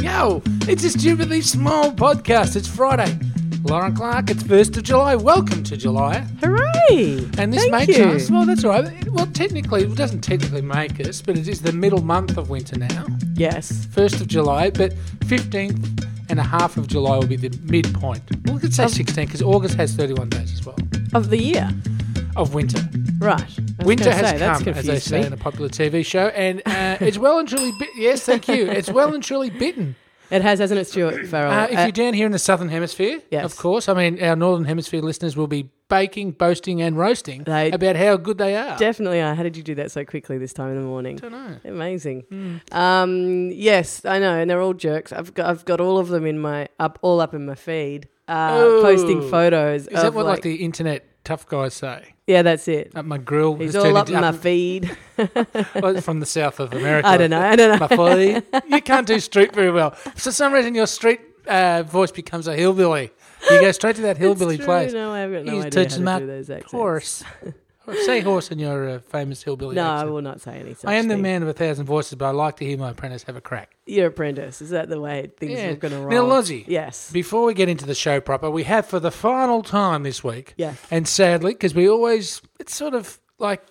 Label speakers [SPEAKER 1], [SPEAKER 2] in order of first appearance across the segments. [SPEAKER 1] Wow! It's a stupidly small podcast. It's Friday. Lauren Clark, it's 1st of July. Welcome to July.
[SPEAKER 2] Hooray!
[SPEAKER 1] And this
[SPEAKER 2] Thank
[SPEAKER 1] makes
[SPEAKER 2] you.
[SPEAKER 1] us, well, that's all right. It- Well, technically, it doesn't technically make us, but it is the middle month of winter now,
[SPEAKER 2] Yes.
[SPEAKER 1] 1st of July, but 15th and a half of July will be the midpoint. Well, we could say 16 because August has 31 days as well
[SPEAKER 2] Of the year.
[SPEAKER 1] of winter.
[SPEAKER 2] Right. I was
[SPEAKER 1] Winter
[SPEAKER 2] gonna
[SPEAKER 1] has
[SPEAKER 2] say, that's
[SPEAKER 1] come, as they
[SPEAKER 2] confused
[SPEAKER 1] say
[SPEAKER 2] me.
[SPEAKER 1] in a popular TV show, and uh, it's well and truly bit. Yes, thank you. It's well and truly bitten.
[SPEAKER 2] It has, hasn't it, Stuart Farrell?
[SPEAKER 1] Uh, if
[SPEAKER 2] Uh,
[SPEAKER 1] you're down here in the southern hemisphere,
[SPEAKER 2] Yes.
[SPEAKER 1] of course. I mean, our northern hemisphere listeners will be baking, boasting, and roasting
[SPEAKER 2] They-
[SPEAKER 1] about how good they are.
[SPEAKER 2] definitely are. How did you do that so quickly this time in the morning?
[SPEAKER 1] I don't know.
[SPEAKER 2] Amazing. Um, yes, I know, and they're all jerks. I've got, I've got all of them in my up, all up in my feed, uh,
[SPEAKER 1] Oh.
[SPEAKER 2] posting photos.
[SPEAKER 1] Is that
[SPEAKER 2] of,
[SPEAKER 1] what like, the Oh, internet tough guys say?
[SPEAKER 2] yeah, that's it.
[SPEAKER 1] At my grill,
[SPEAKER 2] He's
[SPEAKER 1] has
[SPEAKER 2] all
[SPEAKER 1] turned
[SPEAKER 2] up in
[SPEAKER 1] into-
[SPEAKER 2] my feed.
[SPEAKER 1] well, from the south of America.
[SPEAKER 2] I don't know. I don't know.
[SPEAKER 1] My folly. You can't do street very well. For some reason, your street uh, voice becomes a hillbilly. You go straight to that hillbilly
[SPEAKER 2] It's true.
[SPEAKER 1] place.
[SPEAKER 2] No, I've got no
[SPEAKER 1] He's
[SPEAKER 2] idea how
[SPEAKER 1] touching
[SPEAKER 2] to
[SPEAKER 1] my
[SPEAKER 2] do those accents.
[SPEAKER 1] Horse. say horse in your uh, famous hillbilly
[SPEAKER 2] No, I
[SPEAKER 1] accent.
[SPEAKER 2] will not say anything.
[SPEAKER 1] I am the man of a thousand voices, but I like to hear my apprentice have a crack.
[SPEAKER 2] Your apprentice. Is that the way things
[SPEAKER 1] Yeah.
[SPEAKER 2] are going to roll?
[SPEAKER 1] Now, Lozzie.
[SPEAKER 2] Yes.
[SPEAKER 1] Before we get into the show proper, we have for the final time this week,
[SPEAKER 2] Yeah.
[SPEAKER 1] and sadly, because we always, it's sort of like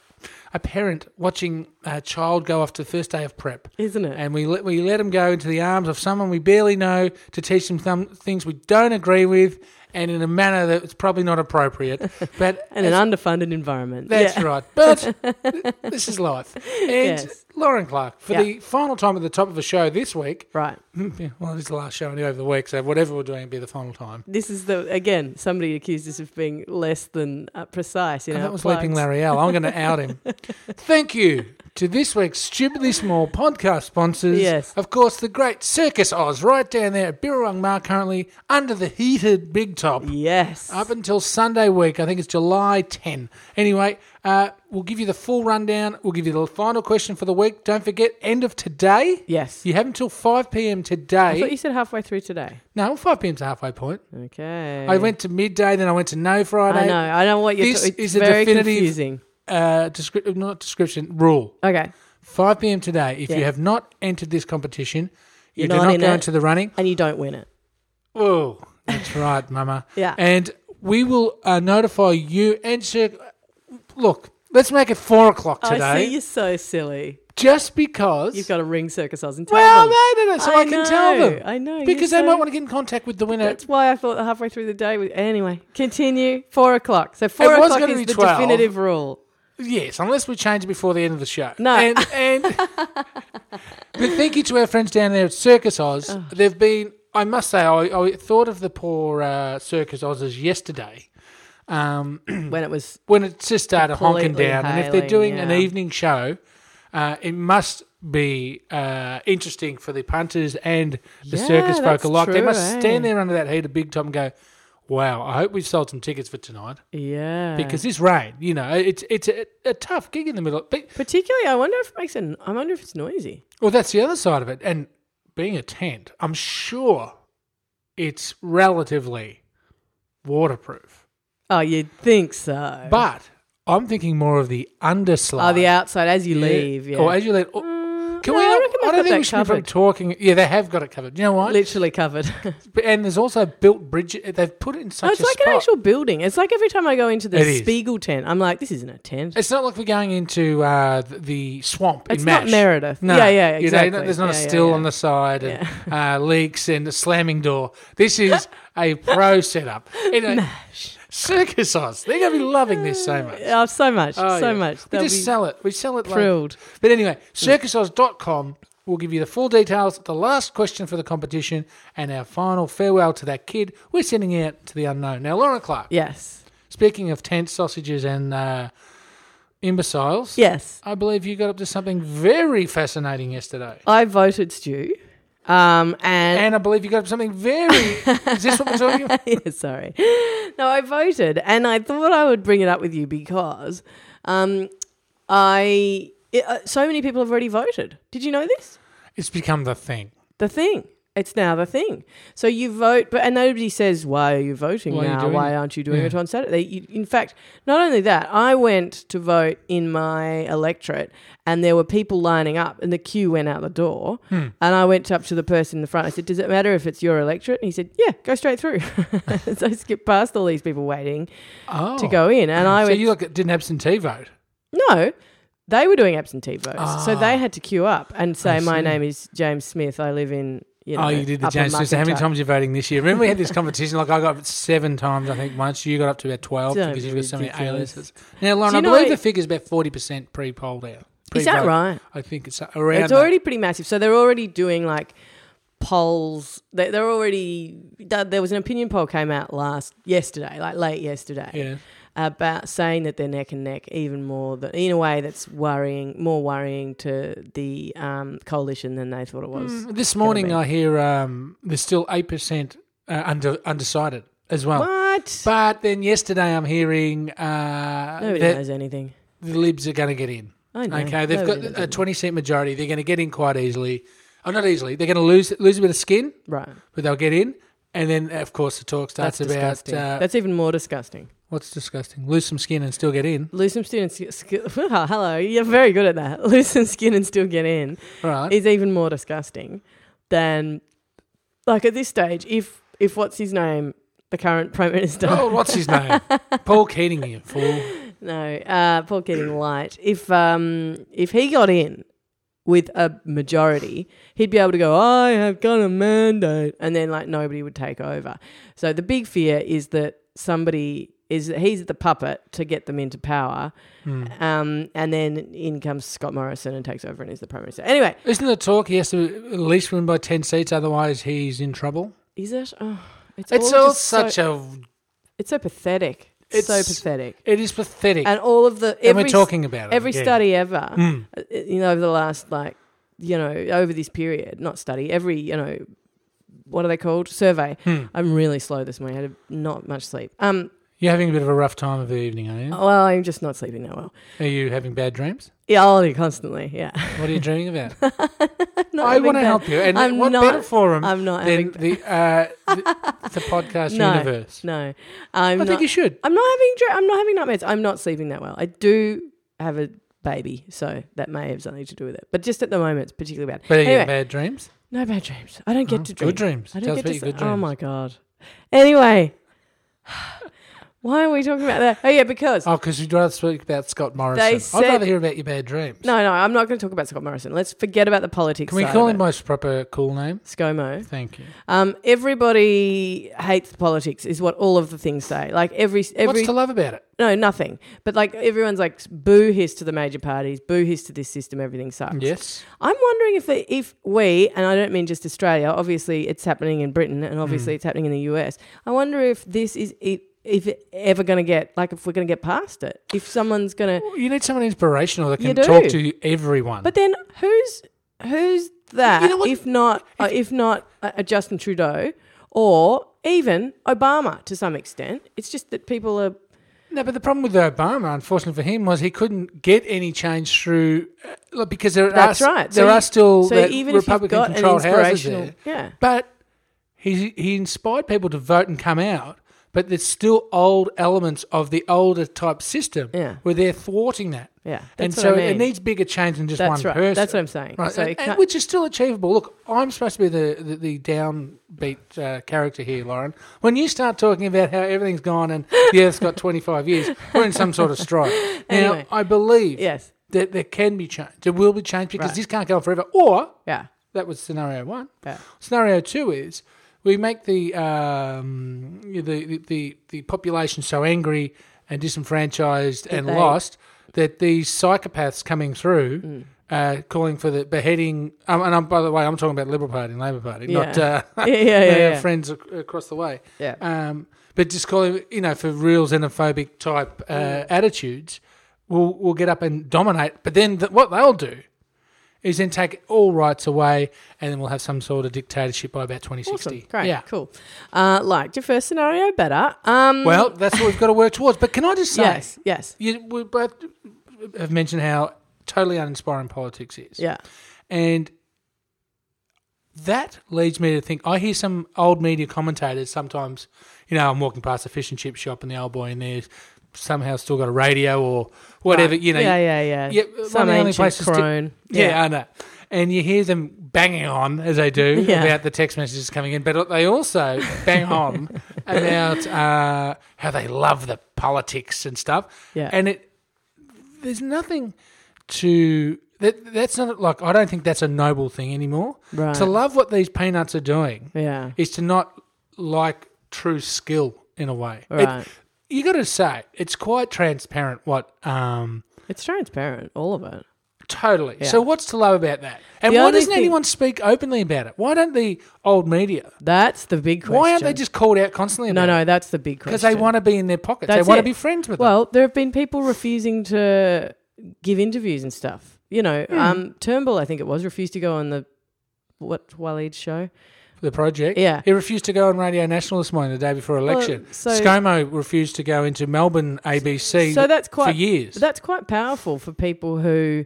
[SPEAKER 1] a parent watching a child go off to the first day of prep.
[SPEAKER 2] Isn't it?
[SPEAKER 1] And we let, we let them go into the arms of someone we barely know to teach them some things we don't agree with and in a manner that's probably not appropriate. But
[SPEAKER 2] and an underfunded environment.
[SPEAKER 1] that's
[SPEAKER 2] Yeah.
[SPEAKER 1] right. But th- this is life. And
[SPEAKER 2] Yes.
[SPEAKER 1] Lauren Clark, for
[SPEAKER 2] Yeah.
[SPEAKER 1] the final time at the top of the show this week,
[SPEAKER 2] Right.
[SPEAKER 1] yeah, well, this is the last show anyway of the week, so whatever we're doing will be the final time.
[SPEAKER 2] This is the again. Somebody accused us of being less than uh, precise. You
[SPEAKER 1] Oh,
[SPEAKER 2] know,
[SPEAKER 1] that was Leaping Larry L. I'm going to out him. Thank you to this week's Stupidly Small podcast sponsors.
[SPEAKER 2] Yes.
[SPEAKER 1] Of course, the great Circus Oz right down there at Birrawong Mar currently under the heated big top.
[SPEAKER 2] Yes.
[SPEAKER 1] Up until Sunday week, I think it's July 10. Anyway, uh, we'll give you the full rundown. We'll give you the final question for the week. Don't forget, end of today.
[SPEAKER 2] yes.
[SPEAKER 1] You have until 5 p.m.
[SPEAKER 2] I thought
[SPEAKER 1] today.
[SPEAKER 2] you said halfway through today.
[SPEAKER 1] No, 5 p.m.'s a halfway point.
[SPEAKER 2] Okay.
[SPEAKER 1] I went to midday, then I went to No Friday.
[SPEAKER 2] I know. I know what you're.
[SPEAKER 1] This
[SPEAKER 2] ta- it's
[SPEAKER 1] is a
[SPEAKER 2] very
[SPEAKER 1] definitive-
[SPEAKER 2] confusing.
[SPEAKER 1] Uh, descri- not description, rule.
[SPEAKER 2] Okay.
[SPEAKER 1] 5 p.m. today. If you
[SPEAKER 2] Yeah.
[SPEAKER 1] have not entered this competition, you
[SPEAKER 2] You're
[SPEAKER 1] do
[SPEAKER 2] not
[SPEAKER 1] not
[SPEAKER 2] in
[SPEAKER 1] go
[SPEAKER 2] it.
[SPEAKER 1] into the running.
[SPEAKER 2] And you don't win it.
[SPEAKER 1] Oh, that's right, Mama.
[SPEAKER 2] Yeah.
[SPEAKER 1] And we will uh, notify you and Sir. Look, let's make it four o'clock
[SPEAKER 2] I
[SPEAKER 1] today,
[SPEAKER 2] see. You're so silly.
[SPEAKER 1] just because.
[SPEAKER 2] You've got to ring Circus Oz and tell
[SPEAKER 1] well,
[SPEAKER 2] them.
[SPEAKER 1] no, no, no. So I, can tell
[SPEAKER 2] know,
[SPEAKER 1] them
[SPEAKER 2] I know. you're
[SPEAKER 1] because they
[SPEAKER 2] so-
[SPEAKER 1] might want to get in contact with the winner.
[SPEAKER 2] That's why I thought halfway through the day. We, anyway, continue. Four o'clock. So four
[SPEAKER 1] was
[SPEAKER 2] o'clock
[SPEAKER 1] gonna
[SPEAKER 2] is
[SPEAKER 1] be
[SPEAKER 2] the
[SPEAKER 1] 12.
[SPEAKER 2] definitive rule.
[SPEAKER 1] Yes, unless we change it before the end of the show.
[SPEAKER 2] No.
[SPEAKER 1] And, and but thank you to our friends down there at Circus Oz. They've been, I must say, I, I thought of the poor uh, Circus Oz's yesterday um,
[SPEAKER 2] when it was
[SPEAKER 1] when it just started honking
[SPEAKER 2] Completely
[SPEAKER 1] down. and if they're
[SPEAKER 2] hailing,
[SPEAKER 1] doing an
[SPEAKER 2] yeah.
[SPEAKER 1] evening show, uh, it must be uh, interesting for the punters and the
[SPEAKER 2] Yeah,
[SPEAKER 1] circus folk
[SPEAKER 2] that's
[SPEAKER 1] alike. they
[SPEAKER 2] true,
[SPEAKER 1] must
[SPEAKER 2] eh?
[SPEAKER 1] stand there under that heat of big top and go, wow, I hope we've sold some tickets for tonight
[SPEAKER 2] yeah
[SPEAKER 1] because this rain, you know, it's it's a, a tough gig in the middle. But
[SPEAKER 2] particularly I wonder if it makes an I wonder if it's noisy.
[SPEAKER 1] well, that's the other side of it. And being a tent, I'm sure it's relatively waterproof.
[SPEAKER 2] Oh, you'd think so.
[SPEAKER 1] But I'm thinking more of the underslide.
[SPEAKER 2] oh, the outside as you leave, yeah.
[SPEAKER 1] Or as you let. Or,
[SPEAKER 2] Mm,
[SPEAKER 1] can
[SPEAKER 2] no,
[SPEAKER 1] we?
[SPEAKER 2] I
[SPEAKER 1] not-
[SPEAKER 2] reckon
[SPEAKER 1] I don't
[SPEAKER 2] they've got
[SPEAKER 1] think we
[SPEAKER 2] that
[SPEAKER 1] should be probably
[SPEAKER 2] covered.
[SPEAKER 1] talking. Yeah, they have got it covered. You know what?
[SPEAKER 2] Literally covered. oh,
[SPEAKER 1] And there's also built bridge. They've put it in such
[SPEAKER 2] it's
[SPEAKER 1] a
[SPEAKER 2] like
[SPEAKER 1] spot.
[SPEAKER 2] an actual building. It's like every time I go into the
[SPEAKER 1] It is.
[SPEAKER 2] Spiegel tent, I'm like, this isn't a tent.
[SPEAKER 1] It's not like we're going into uh, th- the swamp
[SPEAKER 2] It's
[SPEAKER 1] in
[SPEAKER 2] not
[SPEAKER 1] MASH.
[SPEAKER 2] Meredith.
[SPEAKER 1] No,
[SPEAKER 2] Yeah, yeah,
[SPEAKER 1] You know,
[SPEAKER 2] exactly.
[SPEAKER 1] there's not a
[SPEAKER 2] Yeah, yeah,
[SPEAKER 1] still
[SPEAKER 2] yeah.
[SPEAKER 1] on the side and uh, leaks and a slamming door. This is a pro setup. Anyway, Circus Oz. They're going to be loving this so much.
[SPEAKER 2] Oh, so much,
[SPEAKER 1] Oh,
[SPEAKER 2] so
[SPEAKER 1] yeah.
[SPEAKER 2] much.
[SPEAKER 1] We
[SPEAKER 2] They'll
[SPEAKER 1] just
[SPEAKER 2] be
[SPEAKER 1] sell it. We sell it like
[SPEAKER 2] thrilled. Mm.
[SPEAKER 1] but anyway, circusoz.com will give you the full details, the last question for the competition, and our final farewell to that kid we're sending out to the unknown. Now, Laura Clark,
[SPEAKER 2] Yes,
[SPEAKER 1] speaking of tent sausages and uh, imbeciles,
[SPEAKER 2] yes.
[SPEAKER 1] I believe you got up to something very fascinating yesterday.
[SPEAKER 2] I voted Stu, um, and
[SPEAKER 1] And I believe you got up to something very. is this what we're talking about?
[SPEAKER 2] yeah, sorry. No, I voted, and I thought I would bring it up with you because um, I it, uh, so many people have already voted. Did you know this?
[SPEAKER 1] It's become the thing.
[SPEAKER 2] The thing, It's now the thing. So you vote, but and nobody says why are you voting
[SPEAKER 1] Why are you
[SPEAKER 2] now?
[SPEAKER 1] doing
[SPEAKER 2] why
[SPEAKER 1] it?"
[SPEAKER 2] aren't you doing
[SPEAKER 1] Yeah.
[SPEAKER 2] it on Saturday? You, in fact, not only that, I went to vote in my electorate, and there were people lining up, and the queue went out the door.
[SPEAKER 1] Hmm.
[SPEAKER 2] And I went up to the person in the front. I said, "Does it matter if it's your electorate?" And he said, "Yeah, go straight through." so I skipped past all these people waiting
[SPEAKER 1] Oh.
[SPEAKER 2] to go in, and I
[SPEAKER 1] so
[SPEAKER 2] went,
[SPEAKER 1] you like did an absentee vote.
[SPEAKER 2] no, they were doing absentee votes, so
[SPEAKER 1] Ah.
[SPEAKER 2] they had to queue up and say,
[SPEAKER 1] I
[SPEAKER 2] "My
[SPEAKER 1] see.
[SPEAKER 2] name is James Smith. I live in." You know,
[SPEAKER 1] oh, you did the
[SPEAKER 2] Upper
[SPEAKER 1] James. Smith. So how many
[SPEAKER 2] Muckaty."
[SPEAKER 1] times you voting this year? Remember we had this competition? Like I got seven times, I think. Once you got up to about 12
[SPEAKER 2] Don't
[SPEAKER 1] Oh, because
[SPEAKER 2] be
[SPEAKER 1] you've got so many
[SPEAKER 2] ridiculous.
[SPEAKER 1] A-listers. Now, Lauren,
[SPEAKER 2] Do
[SPEAKER 1] I
[SPEAKER 2] you know
[SPEAKER 1] believe
[SPEAKER 2] I-
[SPEAKER 1] the figure's about forty percent pre-polled out.
[SPEAKER 2] Is that
[SPEAKER 1] Pre-vote.
[SPEAKER 2] right?
[SPEAKER 1] I think it's around.
[SPEAKER 2] It's
[SPEAKER 1] that.
[SPEAKER 2] already pretty massive. So they're already doing like polls. They- They're already. th- There was an opinion poll came out last yesterday, like late yesterday,
[SPEAKER 1] Yeah.
[SPEAKER 2] about saying that they're neck and neck, even more than in a way that's worrying, more worrying to the um, coalition than they thought it was.
[SPEAKER 1] Mm, this morning
[SPEAKER 2] be.
[SPEAKER 1] I hear um, there's still eight percent uh, under undecided as well.
[SPEAKER 2] What?
[SPEAKER 1] But then yesterday I'm hearing uh,
[SPEAKER 2] Nobody
[SPEAKER 1] that
[SPEAKER 2] knows anything.
[SPEAKER 1] the Libs are going to get in.
[SPEAKER 2] I know.
[SPEAKER 1] Okay, they've
[SPEAKER 2] Nobody
[SPEAKER 1] got
[SPEAKER 2] knows
[SPEAKER 1] a 20 seat majority. They're going to get in quite easily. Oh, not easily. They're going to lose lose a bit of skin,
[SPEAKER 2] right.
[SPEAKER 1] but they'll get in. And then, of course, the talk starts
[SPEAKER 2] That's
[SPEAKER 1] about
[SPEAKER 2] disgusting.
[SPEAKER 1] uh,
[SPEAKER 2] That's even more disgusting.
[SPEAKER 1] what's disgusting. Lose some skin and still get in.
[SPEAKER 2] Lose some skin and sk- sk- oh, hello, you're very good at that. Lose some skin and still get in
[SPEAKER 1] All right.
[SPEAKER 2] is even more disgusting than like at this stage. If if what's his name, the current prime minister,
[SPEAKER 1] oh, what's his name? Paul Keating, you fool.
[SPEAKER 2] no, uh, Paul Keating Light. If um if he got in with a majority, he'd be able to go. I have got a mandate, and then like nobody would take over. So the big fear is that somebody is that he's the puppet to get them into power.
[SPEAKER 1] Hmm.
[SPEAKER 2] Um, and then in comes Scott Morrison and takes over and is the prime minister. Anyway,
[SPEAKER 1] Isn't the talk he has to at least win by 10 seats, otherwise he's in trouble?
[SPEAKER 2] is it? Oh, it's
[SPEAKER 1] It's
[SPEAKER 2] all
[SPEAKER 1] all
[SPEAKER 2] just so-
[SPEAKER 1] such a.
[SPEAKER 2] It's so pathetic. It's so
[SPEAKER 1] It's-
[SPEAKER 2] pathetic.
[SPEAKER 1] It is pathetic. And,
[SPEAKER 2] And all of the every
[SPEAKER 1] we're talking about it.
[SPEAKER 2] every
[SPEAKER 1] again.
[SPEAKER 2] study ever,
[SPEAKER 1] Hmm.
[SPEAKER 2] uh, you know, over the last like you know over this period, not study, every you know, what are they called? Survey.
[SPEAKER 1] Hmm.
[SPEAKER 2] I'm really slow this morning. I had a- not much sleep. Um,
[SPEAKER 1] You're having a bit of a rough time of the evening, are you?
[SPEAKER 2] well, I'm just not sleeping that well.
[SPEAKER 1] Are you having bad dreams?
[SPEAKER 2] Yeah, I'll do constantly. Yeah,
[SPEAKER 1] What are you dreaming about?
[SPEAKER 2] Not
[SPEAKER 1] I
[SPEAKER 2] having
[SPEAKER 1] want to
[SPEAKER 2] bad-
[SPEAKER 1] help you. And
[SPEAKER 2] I'm
[SPEAKER 1] what
[SPEAKER 2] not-
[SPEAKER 1] better forum
[SPEAKER 2] I'm not
[SPEAKER 1] than
[SPEAKER 2] having.
[SPEAKER 1] the, uh, the, the podcast
[SPEAKER 2] No,
[SPEAKER 1] universe?
[SPEAKER 2] no, I'm
[SPEAKER 1] I
[SPEAKER 2] not.
[SPEAKER 1] think you should.
[SPEAKER 2] I'm not having dra- I'm not having nightmares. I'm not sleeping that well. I do have a baby, so that may have something to do with it. But just at the moment, it's particularly bad.
[SPEAKER 1] But are you
[SPEAKER 2] anyway,
[SPEAKER 1] in bad dreams?
[SPEAKER 2] no bad dreams. I don't get
[SPEAKER 1] Oh,
[SPEAKER 2] to dream.
[SPEAKER 1] Good dreams.
[SPEAKER 2] I
[SPEAKER 1] Tell us
[SPEAKER 2] don't get
[SPEAKER 1] about
[SPEAKER 2] to.
[SPEAKER 1] your good
[SPEAKER 2] s-
[SPEAKER 1] dreams.
[SPEAKER 2] oh my god. Anyway, why are we talking about that? Oh yeah, because
[SPEAKER 1] Oh, because you'd rather speak about Scott Morrison. I'd
[SPEAKER 2] said-
[SPEAKER 1] rather hear about your bad dreams.
[SPEAKER 2] no, no, I'm not going to talk about Scott Morrison. Let's forget about the politics.
[SPEAKER 1] Can we
[SPEAKER 2] side
[SPEAKER 1] call
[SPEAKER 2] of
[SPEAKER 1] him
[SPEAKER 2] it.
[SPEAKER 1] by his proper cool name?
[SPEAKER 2] ScoMo?
[SPEAKER 1] Thank you.
[SPEAKER 2] Um, everybody hates politics, is what all of the things say. Like every every
[SPEAKER 1] What's to love about it?
[SPEAKER 2] No, nothing. But like everyone's like boo hiss to the major parties, boo hiss to this system, everything sucks.
[SPEAKER 1] Yes.
[SPEAKER 2] I'm wondering if the, if we, and I don't mean just Australia, obviously it's happening in Britain
[SPEAKER 1] Mm.
[SPEAKER 2] and obviously it's happening in the US. I wonder if this is it, if it ever going to get like if we're going to get past it. If someone's going to
[SPEAKER 1] Well, you need someone inspirational that
[SPEAKER 2] You
[SPEAKER 1] can talk
[SPEAKER 2] do.
[SPEAKER 1] to everyone.
[SPEAKER 2] But then who's who's that
[SPEAKER 1] You know what-
[SPEAKER 2] if not uh, if not uh, uh, Justin Trudeau or even Obama to some extent. It's just that people are
[SPEAKER 1] No, but the problem with Obama, unfortunately for him, was he couldn't get any change through uh, look, because there
[SPEAKER 2] That's
[SPEAKER 1] are
[SPEAKER 2] right.
[SPEAKER 1] there
[SPEAKER 2] So
[SPEAKER 1] are still
[SPEAKER 2] so
[SPEAKER 1] that
[SPEAKER 2] even if you've
[SPEAKER 1] Republican
[SPEAKER 2] got an
[SPEAKER 1] controlled houses
[SPEAKER 2] inspirational
[SPEAKER 1] there.
[SPEAKER 2] yeah.
[SPEAKER 1] But he he inspired people to vote and come out. But there's still old elements of the older type system
[SPEAKER 2] Yeah.
[SPEAKER 1] where they're thwarting that.
[SPEAKER 2] Yeah,
[SPEAKER 1] and
[SPEAKER 2] that's what
[SPEAKER 1] so
[SPEAKER 2] I mean.
[SPEAKER 1] it needs bigger change than just
[SPEAKER 2] that's
[SPEAKER 1] one
[SPEAKER 2] right.
[SPEAKER 1] person.
[SPEAKER 2] That's what I'm saying.
[SPEAKER 1] Right,
[SPEAKER 2] So
[SPEAKER 1] and-
[SPEAKER 2] it
[SPEAKER 1] and
[SPEAKER 2] can't-
[SPEAKER 1] which is still achievable. Look, I'm supposed to be the, the, the downbeat uh, character here, Lauren. When you start talking about how everything's gone and the Earth's got 25 years, we're in some sort of strike.
[SPEAKER 2] Anyway.
[SPEAKER 1] Now, I believe
[SPEAKER 2] yes,
[SPEAKER 1] that there can be change. There will be change because
[SPEAKER 2] Right.
[SPEAKER 1] this can't go on forever. Or,
[SPEAKER 2] yeah,
[SPEAKER 1] that was scenario one.
[SPEAKER 2] yeah,
[SPEAKER 1] Scenario two is we make the, um, the, the, the, the population so angry and disenfranchised and
[SPEAKER 2] they-
[SPEAKER 1] lost that these psychopaths coming through
[SPEAKER 2] Mm.
[SPEAKER 1] uh, calling for the beheading. Um, and I'm, by the way, I'm talking about Liberal Party and Labor Party, not uh,
[SPEAKER 2] Yeah. yeah, yeah,
[SPEAKER 1] our
[SPEAKER 2] yeah, yeah.
[SPEAKER 1] friends ac- across the way.
[SPEAKER 2] Yeah.
[SPEAKER 1] Um, but just calling, you know, for real xenophobic type uh,
[SPEAKER 2] Mm.
[SPEAKER 1] attitudes, will will get up and dominate. But then th- what they'll do is then take all rights away, and then we'll have some sort of dictatorship by about 2060.
[SPEAKER 2] Awesome. Great.
[SPEAKER 1] Yeah.
[SPEAKER 2] Cool. Uh, liked your first scenario better. Um,
[SPEAKER 1] Well, that's what we've got to work towards. But can I just say,
[SPEAKER 2] yes, yes,
[SPEAKER 1] you, we both have mentioned how totally uninspiring politics is.
[SPEAKER 2] yeah,
[SPEAKER 1] And That leads me to think. I hear some old media commentators sometimes. You know, I'm walking past a fish and chip shop, and the old boy in there's somehow still got a radio or whatever. You know,
[SPEAKER 2] yeah, yeah, yeah.
[SPEAKER 1] yeah, one of
[SPEAKER 2] Some
[SPEAKER 1] the only
[SPEAKER 2] ancient
[SPEAKER 1] places to-
[SPEAKER 2] crone.
[SPEAKER 1] Yeah, uh, I know. And you hear them banging on as they do
[SPEAKER 2] Yeah.
[SPEAKER 1] about the text messages coming in, but they also bang on about uh, how they love the politics and stuff.
[SPEAKER 2] Yeah.
[SPEAKER 1] And it there's nothing to that. That's not like I don't think that's a noble thing anymore.
[SPEAKER 2] Right.
[SPEAKER 1] To love what these peanuts are doing
[SPEAKER 2] yeah.
[SPEAKER 1] is to not like true skill in a way. It-
[SPEAKER 2] Right.
[SPEAKER 1] you got to say it's quite transparent what um,
[SPEAKER 2] It's transparent, all of it.
[SPEAKER 1] Totally.
[SPEAKER 2] Yeah.
[SPEAKER 1] So what's to love about that? And
[SPEAKER 2] The
[SPEAKER 1] why
[SPEAKER 2] only
[SPEAKER 1] doesn't
[SPEAKER 2] thing-
[SPEAKER 1] anyone speak openly about it? Why don't the old media?
[SPEAKER 2] That's the big question.
[SPEAKER 1] Why aren't they just called out constantly?
[SPEAKER 2] No,
[SPEAKER 1] About
[SPEAKER 2] no, that's the big question.
[SPEAKER 1] because they want to be in their pockets.
[SPEAKER 2] That's
[SPEAKER 1] they want
[SPEAKER 2] it.
[SPEAKER 1] to be friends with
[SPEAKER 2] Well, there have been people refusing to give interviews and stuff. You know,
[SPEAKER 1] Hmm.
[SPEAKER 2] um, Turnbull, I think it was, refused to go on the what Waleed show.
[SPEAKER 1] them, the project.
[SPEAKER 2] Yeah.
[SPEAKER 1] he refused to go on Radio National this morning, the day before election.
[SPEAKER 2] so-
[SPEAKER 1] ScoMo refused to go into Melbourne ABC.
[SPEAKER 2] So that's
[SPEAKER 1] for
[SPEAKER 2] quite
[SPEAKER 1] years.
[SPEAKER 2] That's quite powerful for people who,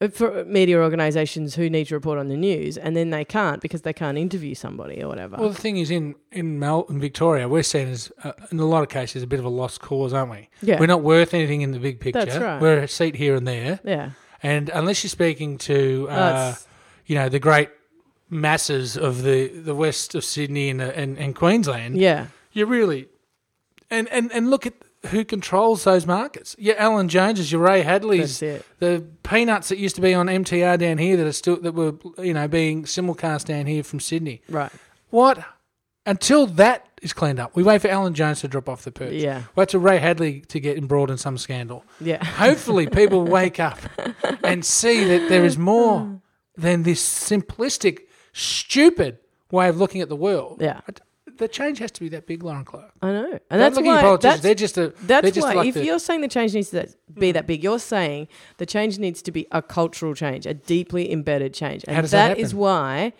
[SPEAKER 2] uh, for media organisations who need to report on the news and then they can't because they can't interview somebody or whatever.
[SPEAKER 1] well, the thing is, in in Mel in Victoria, we're seen as uh, in a lot of cases a bit of a lost cause, aren't we?
[SPEAKER 2] Yeah.
[SPEAKER 1] we're not worth anything in the big picture.
[SPEAKER 2] That's right.
[SPEAKER 1] We're a seat here and there,
[SPEAKER 2] yeah.
[SPEAKER 1] and unless you're speaking to. Uh,
[SPEAKER 2] That's-
[SPEAKER 1] you know the great masses of the, the west of Sydney and, uh, and and Queensland.
[SPEAKER 2] yeah.
[SPEAKER 1] You really and, and and look at who controls those markets. Your Alan Joneses, your Ray Hadleys,
[SPEAKER 2] That's it.
[SPEAKER 1] the peanuts that used to be on MTR down here that are still that were you know being simulcast down here from Sydney.
[SPEAKER 2] Right.
[SPEAKER 1] What until that is cleaned up, we wait for Alan Jones to drop off the perch.
[SPEAKER 2] Yeah.
[SPEAKER 1] Wait for Ray Hadley to get embroiled in some scandal.
[SPEAKER 2] Yeah.
[SPEAKER 1] Hopefully, people wake up and see that there is more than this simplistic, stupid way of looking at the world.
[SPEAKER 2] Yeah.
[SPEAKER 1] But The change has to be that big, Lauren Clark.
[SPEAKER 2] I know. And
[SPEAKER 1] That's
[SPEAKER 2] that's
[SPEAKER 1] looking
[SPEAKER 2] why.
[SPEAKER 1] at politicians.
[SPEAKER 2] that's-
[SPEAKER 1] They're just a.
[SPEAKER 2] That's
[SPEAKER 1] they're just
[SPEAKER 2] why,
[SPEAKER 1] like Hmm.
[SPEAKER 2] if
[SPEAKER 1] the-
[SPEAKER 2] you're saying the change needs to be that big, you're saying the change needs to be a cultural change, a deeply embedded change, and
[SPEAKER 1] How does that
[SPEAKER 2] that is
[SPEAKER 1] happen?
[SPEAKER 2] why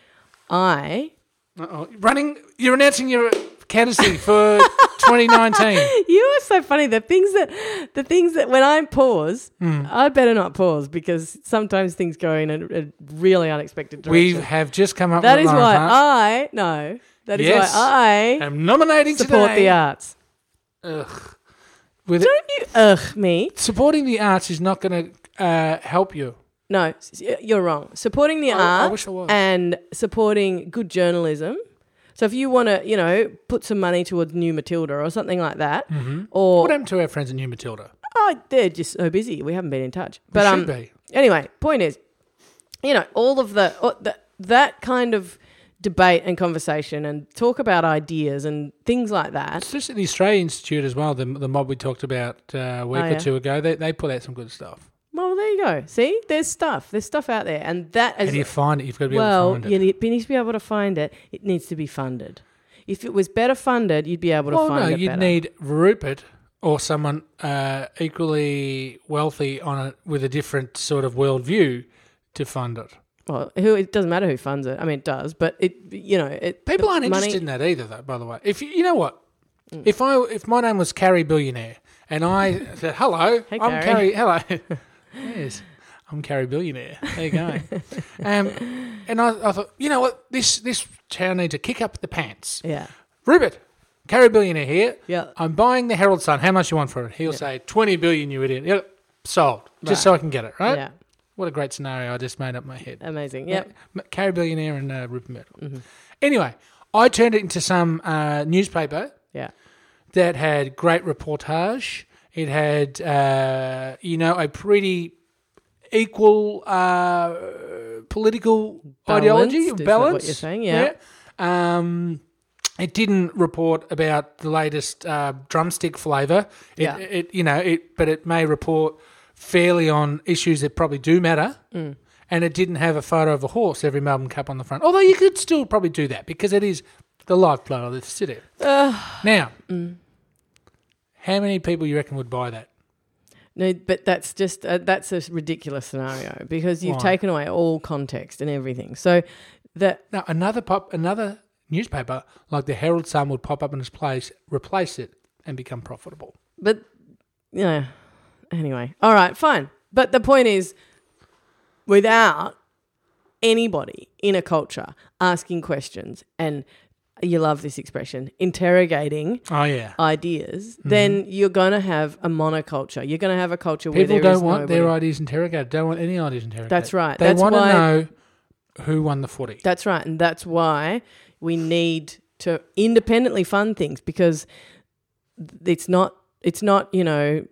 [SPEAKER 2] I
[SPEAKER 1] Uh-oh. running. You're announcing your candidacy for 2019.
[SPEAKER 2] you are so funny. The things that the things that when I pause,
[SPEAKER 1] Hmm.
[SPEAKER 2] I better not pause because sometimes things go in a, a really unexpected
[SPEAKER 1] We
[SPEAKER 2] direction.
[SPEAKER 1] have just come up.
[SPEAKER 2] that
[SPEAKER 1] with
[SPEAKER 2] is
[SPEAKER 1] Lauren
[SPEAKER 2] why
[SPEAKER 1] Clark.
[SPEAKER 2] I no. That is
[SPEAKER 1] Yes.
[SPEAKER 2] why I
[SPEAKER 1] am nominating
[SPEAKER 2] support
[SPEAKER 1] today.
[SPEAKER 2] the arts.
[SPEAKER 1] Ugh. With
[SPEAKER 2] Don't you ugh me?
[SPEAKER 1] supporting the arts is not going to uh, help you.
[SPEAKER 2] No, s- s- you're wrong. Supporting the
[SPEAKER 1] I- I
[SPEAKER 2] arts
[SPEAKER 1] wish I was.
[SPEAKER 2] and supporting good journalism. So if you want to, you know, put some money towards New Matilda or something like that, or
[SPEAKER 1] Mm-hmm. What happened to our friends at New Matilda?
[SPEAKER 2] oh, they're just so busy. We haven't been in touch.
[SPEAKER 1] We
[SPEAKER 2] But
[SPEAKER 1] should
[SPEAKER 2] um,
[SPEAKER 1] be.
[SPEAKER 2] anyway, point is, you know, all of the, all the that kind of debate and conversation and talk about ideas and things like that.
[SPEAKER 1] It's just at the Australia Institute as well. The, the mob we talked about uh, a week
[SPEAKER 2] Oh,
[SPEAKER 1] or
[SPEAKER 2] yeah.
[SPEAKER 1] two ago, they, they put out some good stuff.
[SPEAKER 2] Well, there you go. See, there's stuff. There's stuff out there, and that
[SPEAKER 1] How
[SPEAKER 2] is
[SPEAKER 1] do you find it? You've got to be
[SPEAKER 2] well,
[SPEAKER 1] able to find
[SPEAKER 2] you
[SPEAKER 1] it.
[SPEAKER 2] need, you need to be able to find it. It needs to be funded. If it was better funded, you'd be able to
[SPEAKER 1] Well,
[SPEAKER 2] find
[SPEAKER 1] no,
[SPEAKER 2] it
[SPEAKER 1] you'd
[SPEAKER 2] better.
[SPEAKER 1] need Rupert or someone uh, equally wealthy on a, with a different sort of worldview to fund it.
[SPEAKER 2] well, who it doesn't matter who funds it. I mean, it does, but it you know it.
[SPEAKER 1] People
[SPEAKER 2] the
[SPEAKER 1] aren't
[SPEAKER 2] money- Mm.
[SPEAKER 1] interested in that either, though. By the way, if you, you know what, if I if my name was Carrie Billionaire and I said hello,
[SPEAKER 2] Hey,
[SPEAKER 1] I'm
[SPEAKER 2] Carrie."
[SPEAKER 1] Carrie. Hello, yes, I'm Carrie Billionaire. There you go. um, and I, I thought, you know what, this this town needs to kick up the pants.
[SPEAKER 2] Yeah,
[SPEAKER 1] Rupert, Carrie Billionaire here.
[SPEAKER 2] Yeah.
[SPEAKER 1] I'm buying the Herald Sun. How much you want for it? He'll say twenty billion. You idiot. Yep, sold.
[SPEAKER 2] Right.
[SPEAKER 1] Just so I can get it right.
[SPEAKER 2] yeah,
[SPEAKER 1] What a great scenario I just made up in my head.
[SPEAKER 2] amazing. Yep. Mm-hmm.
[SPEAKER 1] M- Carrie Billionaire and uh, Rupert Murdoch. Anyway, I turned it into some uh, newspaper
[SPEAKER 2] yeah,
[SPEAKER 1] that had great reportage. It had, uh, you know, a pretty equal uh, political
[SPEAKER 2] Balanced,
[SPEAKER 1] ideology
[SPEAKER 2] is that
[SPEAKER 1] balance.
[SPEAKER 2] what you're saying? Yeah.
[SPEAKER 1] Yeah. Um, it didn't report about the latest uh, drumstick flavour. It,
[SPEAKER 2] Yeah.
[SPEAKER 1] it, you know, it, but it may report fairly on issues that probably do matter.
[SPEAKER 2] Mm.
[SPEAKER 1] And it didn't have a photo of a horse every Melbourne Cup on the front. Although you could still probably do that because it is the lifeblood of the city. Now,
[SPEAKER 2] Mm.
[SPEAKER 1] how many people you reckon would buy that?
[SPEAKER 2] No, but that's just uh, that's a ridiculous scenario because you've
[SPEAKER 1] Why?
[SPEAKER 2] taken away all context and everything. So that
[SPEAKER 1] Now another pop, another newspaper like the Herald Sun would pop up in its place, replace it, and become profitable.
[SPEAKER 2] But yeah. Anyway, all right, fine. But the point is, without anybody in a culture asking questions and you love this expression interrogating
[SPEAKER 1] Oh yeah.
[SPEAKER 2] ideas,
[SPEAKER 1] Mm-hmm.
[SPEAKER 2] then you're going to have a monoculture. You're going to have a culture where
[SPEAKER 1] People
[SPEAKER 2] there
[SPEAKER 1] don't
[SPEAKER 2] is
[SPEAKER 1] want
[SPEAKER 2] nobody.
[SPEAKER 1] their ideas interrogated. Don't want any ideas interrogated.
[SPEAKER 2] That's right.
[SPEAKER 1] They
[SPEAKER 2] That's
[SPEAKER 1] want
[SPEAKER 2] why-
[SPEAKER 1] to know who won the footy.
[SPEAKER 2] That's right. And that's why we need to independently fund things because it's not it's not, you know,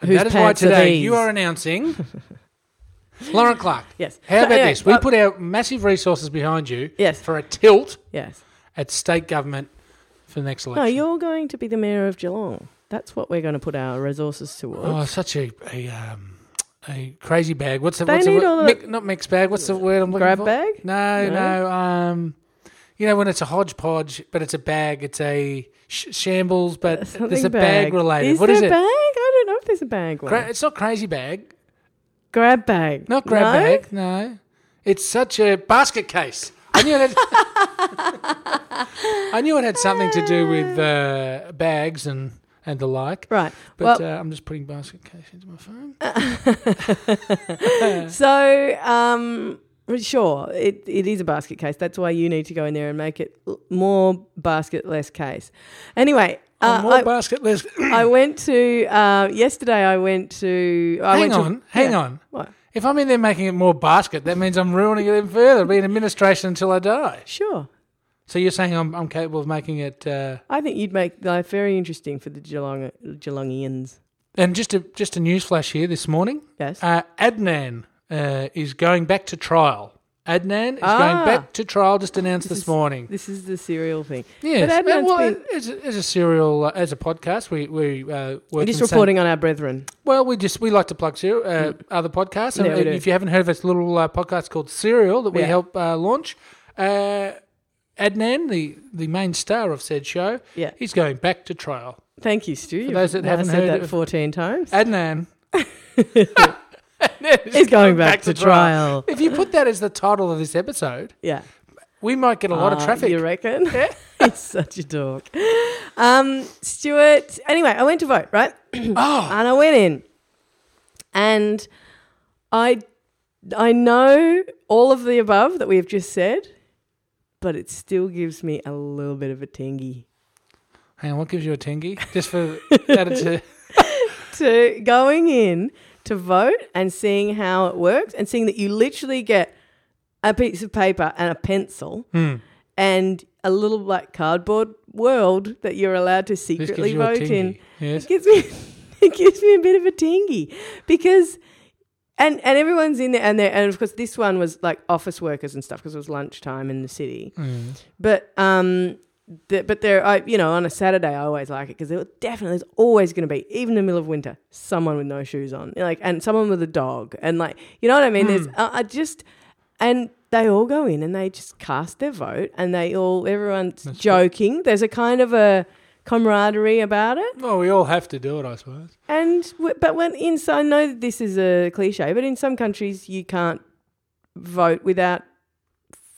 [SPEAKER 1] And
[SPEAKER 2] whose
[SPEAKER 1] that is why
[SPEAKER 2] pants are
[SPEAKER 1] today
[SPEAKER 2] these?
[SPEAKER 1] you are announcing Lauren Clark.
[SPEAKER 2] Yes.
[SPEAKER 1] How
[SPEAKER 2] So
[SPEAKER 1] about
[SPEAKER 2] anyway,
[SPEAKER 1] this? We
[SPEAKER 2] uh,
[SPEAKER 1] put our massive resources behind you
[SPEAKER 2] Yes.
[SPEAKER 1] for a tilt
[SPEAKER 2] Yes.
[SPEAKER 1] at state government for the next
[SPEAKER 2] No,
[SPEAKER 1] election.
[SPEAKER 2] you're going to be the mayor of Geelong. That's what we're going to put our resources towards.
[SPEAKER 1] oh, such a a, um, a crazy bag. What's the
[SPEAKER 2] They
[SPEAKER 1] what's
[SPEAKER 2] need
[SPEAKER 1] the,
[SPEAKER 2] all
[SPEAKER 1] word?
[SPEAKER 2] the-
[SPEAKER 1] Mi- not mixed bag? What's the word I'm looking
[SPEAKER 2] Grab
[SPEAKER 1] for?
[SPEAKER 2] bag?
[SPEAKER 1] No, no.
[SPEAKER 2] No?
[SPEAKER 1] um, you know when it's a hodgepodge, but it's a bag. It's a sh- shambles, but
[SPEAKER 2] Something
[SPEAKER 1] there's a bag, related.
[SPEAKER 2] Is
[SPEAKER 1] what
[SPEAKER 2] there
[SPEAKER 1] is
[SPEAKER 2] a
[SPEAKER 1] it?
[SPEAKER 2] bag? I don't know if there's a bag. One.
[SPEAKER 1] Gra- it's not crazy bag.
[SPEAKER 2] grab bag.
[SPEAKER 1] Not grab
[SPEAKER 2] No?
[SPEAKER 1] bag. No, it's such a basket case. I knew it. Had, I knew it had something to do with uh, bags and and the like.
[SPEAKER 2] Right.
[SPEAKER 1] But
[SPEAKER 2] well,
[SPEAKER 1] uh, I'm just putting basket case into my phone.
[SPEAKER 2] so um, sure, it, it is a basket case. That's why you need to go in there and make it l- more basket, less case. Anyway,
[SPEAKER 1] On
[SPEAKER 2] uh,
[SPEAKER 1] Oh, more
[SPEAKER 2] I,
[SPEAKER 1] basket list.
[SPEAKER 2] I went to uh, yesterday. I went to. I
[SPEAKER 1] hang
[SPEAKER 2] went to-
[SPEAKER 1] on, hang
[SPEAKER 2] yeah.
[SPEAKER 1] on.
[SPEAKER 2] What?
[SPEAKER 1] If I'm in there making it more basket, that means I'm ruining it even further. It'll be an administration until I die.
[SPEAKER 2] Sure.
[SPEAKER 1] So you're saying I'm, I'm capable of making it. Uh,
[SPEAKER 2] I think you'd make life very interesting for the Geelong Geelongians.
[SPEAKER 1] and just a just a news flash here this morning.
[SPEAKER 2] Yes.
[SPEAKER 1] Uh, Adnan uh, is going back to trial. Adnan is
[SPEAKER 2] Ah.
[SPEAKER 1] going back to trial. Just announced this,
[SPEAKER 2] is-
[SPEAKER 1] morning.
[SPEAKER 2] This is the serial thing.
[SPEAKER 1] Yes.
[SPEAKER 2] But Adnan's
[SPEAKER 1] well,
[SPEAKER 2] been-
[SPEAKER 1] as, a, as a serial, uh, as a podcast, we we uh, work
[SPEAKER 2] We're
[SPEAKER 1] in
[SPEAKER 2] just
[SPEAKER 1] the same-
[SPEAKER 2] reporting on our brethren.
[SPEAKER 1] Well, we just we like to plug serial, uh, other podcasts. And
[SPEAKER 2] Mm. Yeah, we do.
[SPEAKER 1] if you haven't heard of this little uh, podcast called Serial that we
[SPEAKER 2] Yeah.
[SPEAKER 1] help uh, launch, uh, Adnan, the the main star of said show,
[SPEAKER 2] Yeah.
[SPEAKER 1] he's going back to trial.
[SPEAKER 2] Thank you, Stu. You've
[SPEAKER 1] those that
[SPEAKER 2] now
[SPEAKER 1] haven't
[SPEAKER 2] said
[SPEAKER 1] heard
[SPEAKER 2] that
[SPEAKER 1] of-
[SPEAKER 2] 14 times.
[SPEAKER 1] Adnan.
[SPEAKER 2] He's going back, to, trial.
[SPEAKER 1] If you put that as the title of this episode,
[SPEAKER 2] Yeah.
[SPEAKER 1] we might get a lot of
[SPEAKER 2] Uh,
[SPEAKER 1] traffic.
[SPEAKER 2] You reckon? He's such a dork. Um, Stuart, anyway, I went to vote, right?
[SPEAKER 1] Oh,
[SPEAKER 2] And I went in. And I I know all of the above that we have just said, but it still gives me a little bit of a tingy.
[SPEAKER 1] hang on. What gives you a tingy? Just for that, it's a,
[SPEAKER 2] to going in to vote and seeing how it works and seeing that you literally get a piece of paper and a pencil
[SPEAKER 1] hmm,
[SPEAKER 2] and a little like cardboard world that you're allowed to
[SPEAKER 1] this gives
[SPEAKER 2] secretly
[SPEAKER 1] you a
[SPEAKER 2] vote in.
[SPEAKER 1] tingy. Yes.
[SPEAKER 2] It gives me it gives me a bit of a tingy because and and everyone's in there and there and of course this one was like office workers and stuff because it was lunchtime in the city.
[SPEAKER 1] Mm.
[SPEAKER 2] But um, th- but there, I you know, on a Saturday, I always like it because there definitely there's always going to be, even in the middle of winter, someone with no shoes on, like and someone with a dog, and like you know what I mean. There's I, I just and they all go in and they just cast their vote, and they all everyone's joking. There's a kind of a camaraderie about it
[SPEAKER 1] Well, we all have to do it, I suppose.
[SPEAKER 2] and w- but when in so I know that this is a cliche but in some countries you can't vote without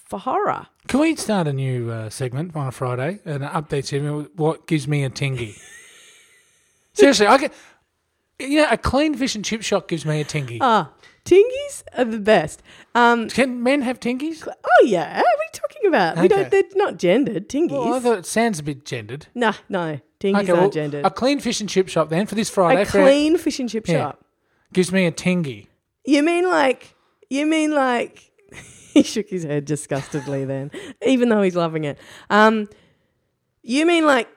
[SPEAKER 2] for horror
[SPEAKER 1] Can we start a new uh, segment on a Friday? An update segment. with What gives me a tingy? Seriously, I can. You know, a clean fish and chip shop gives me a tingy.
[SPEAKER 2] Ah, tingies are the best. Um,
[SPEAKER 1] Can men have tingies?
[SPEAKER 2] oh yeah, what are you talking about? We don't.
[SPEAKER 1] Okay.
[SPEAKER 2] They're not gendered. Tingies.
[SPEAKER 1] Well, I thought it sounds a bit gendered.
[SPEAKER 2] no, no, tingies
[SPEAKER 1] Okay,
[SPEAKER 2] aren't
[SPEAKER 1] well,
[SPEAKER 2] gendered.
[SPEAKER 1] a clean fish and chip shop then for this
[SPEAKER 2] A,
[SPEAKER 1] Friday for-
[SPEAKER 2] clean fish and chip
[SPEAKER 1] Yeah.
[SPEAKER 2] shop.
[SPEAKER 1] gives me a tingy.
[SPEAKER 2] You mean like? You mean like? he shook his head disgustedly. Then, even though he's loving it, um, you mean like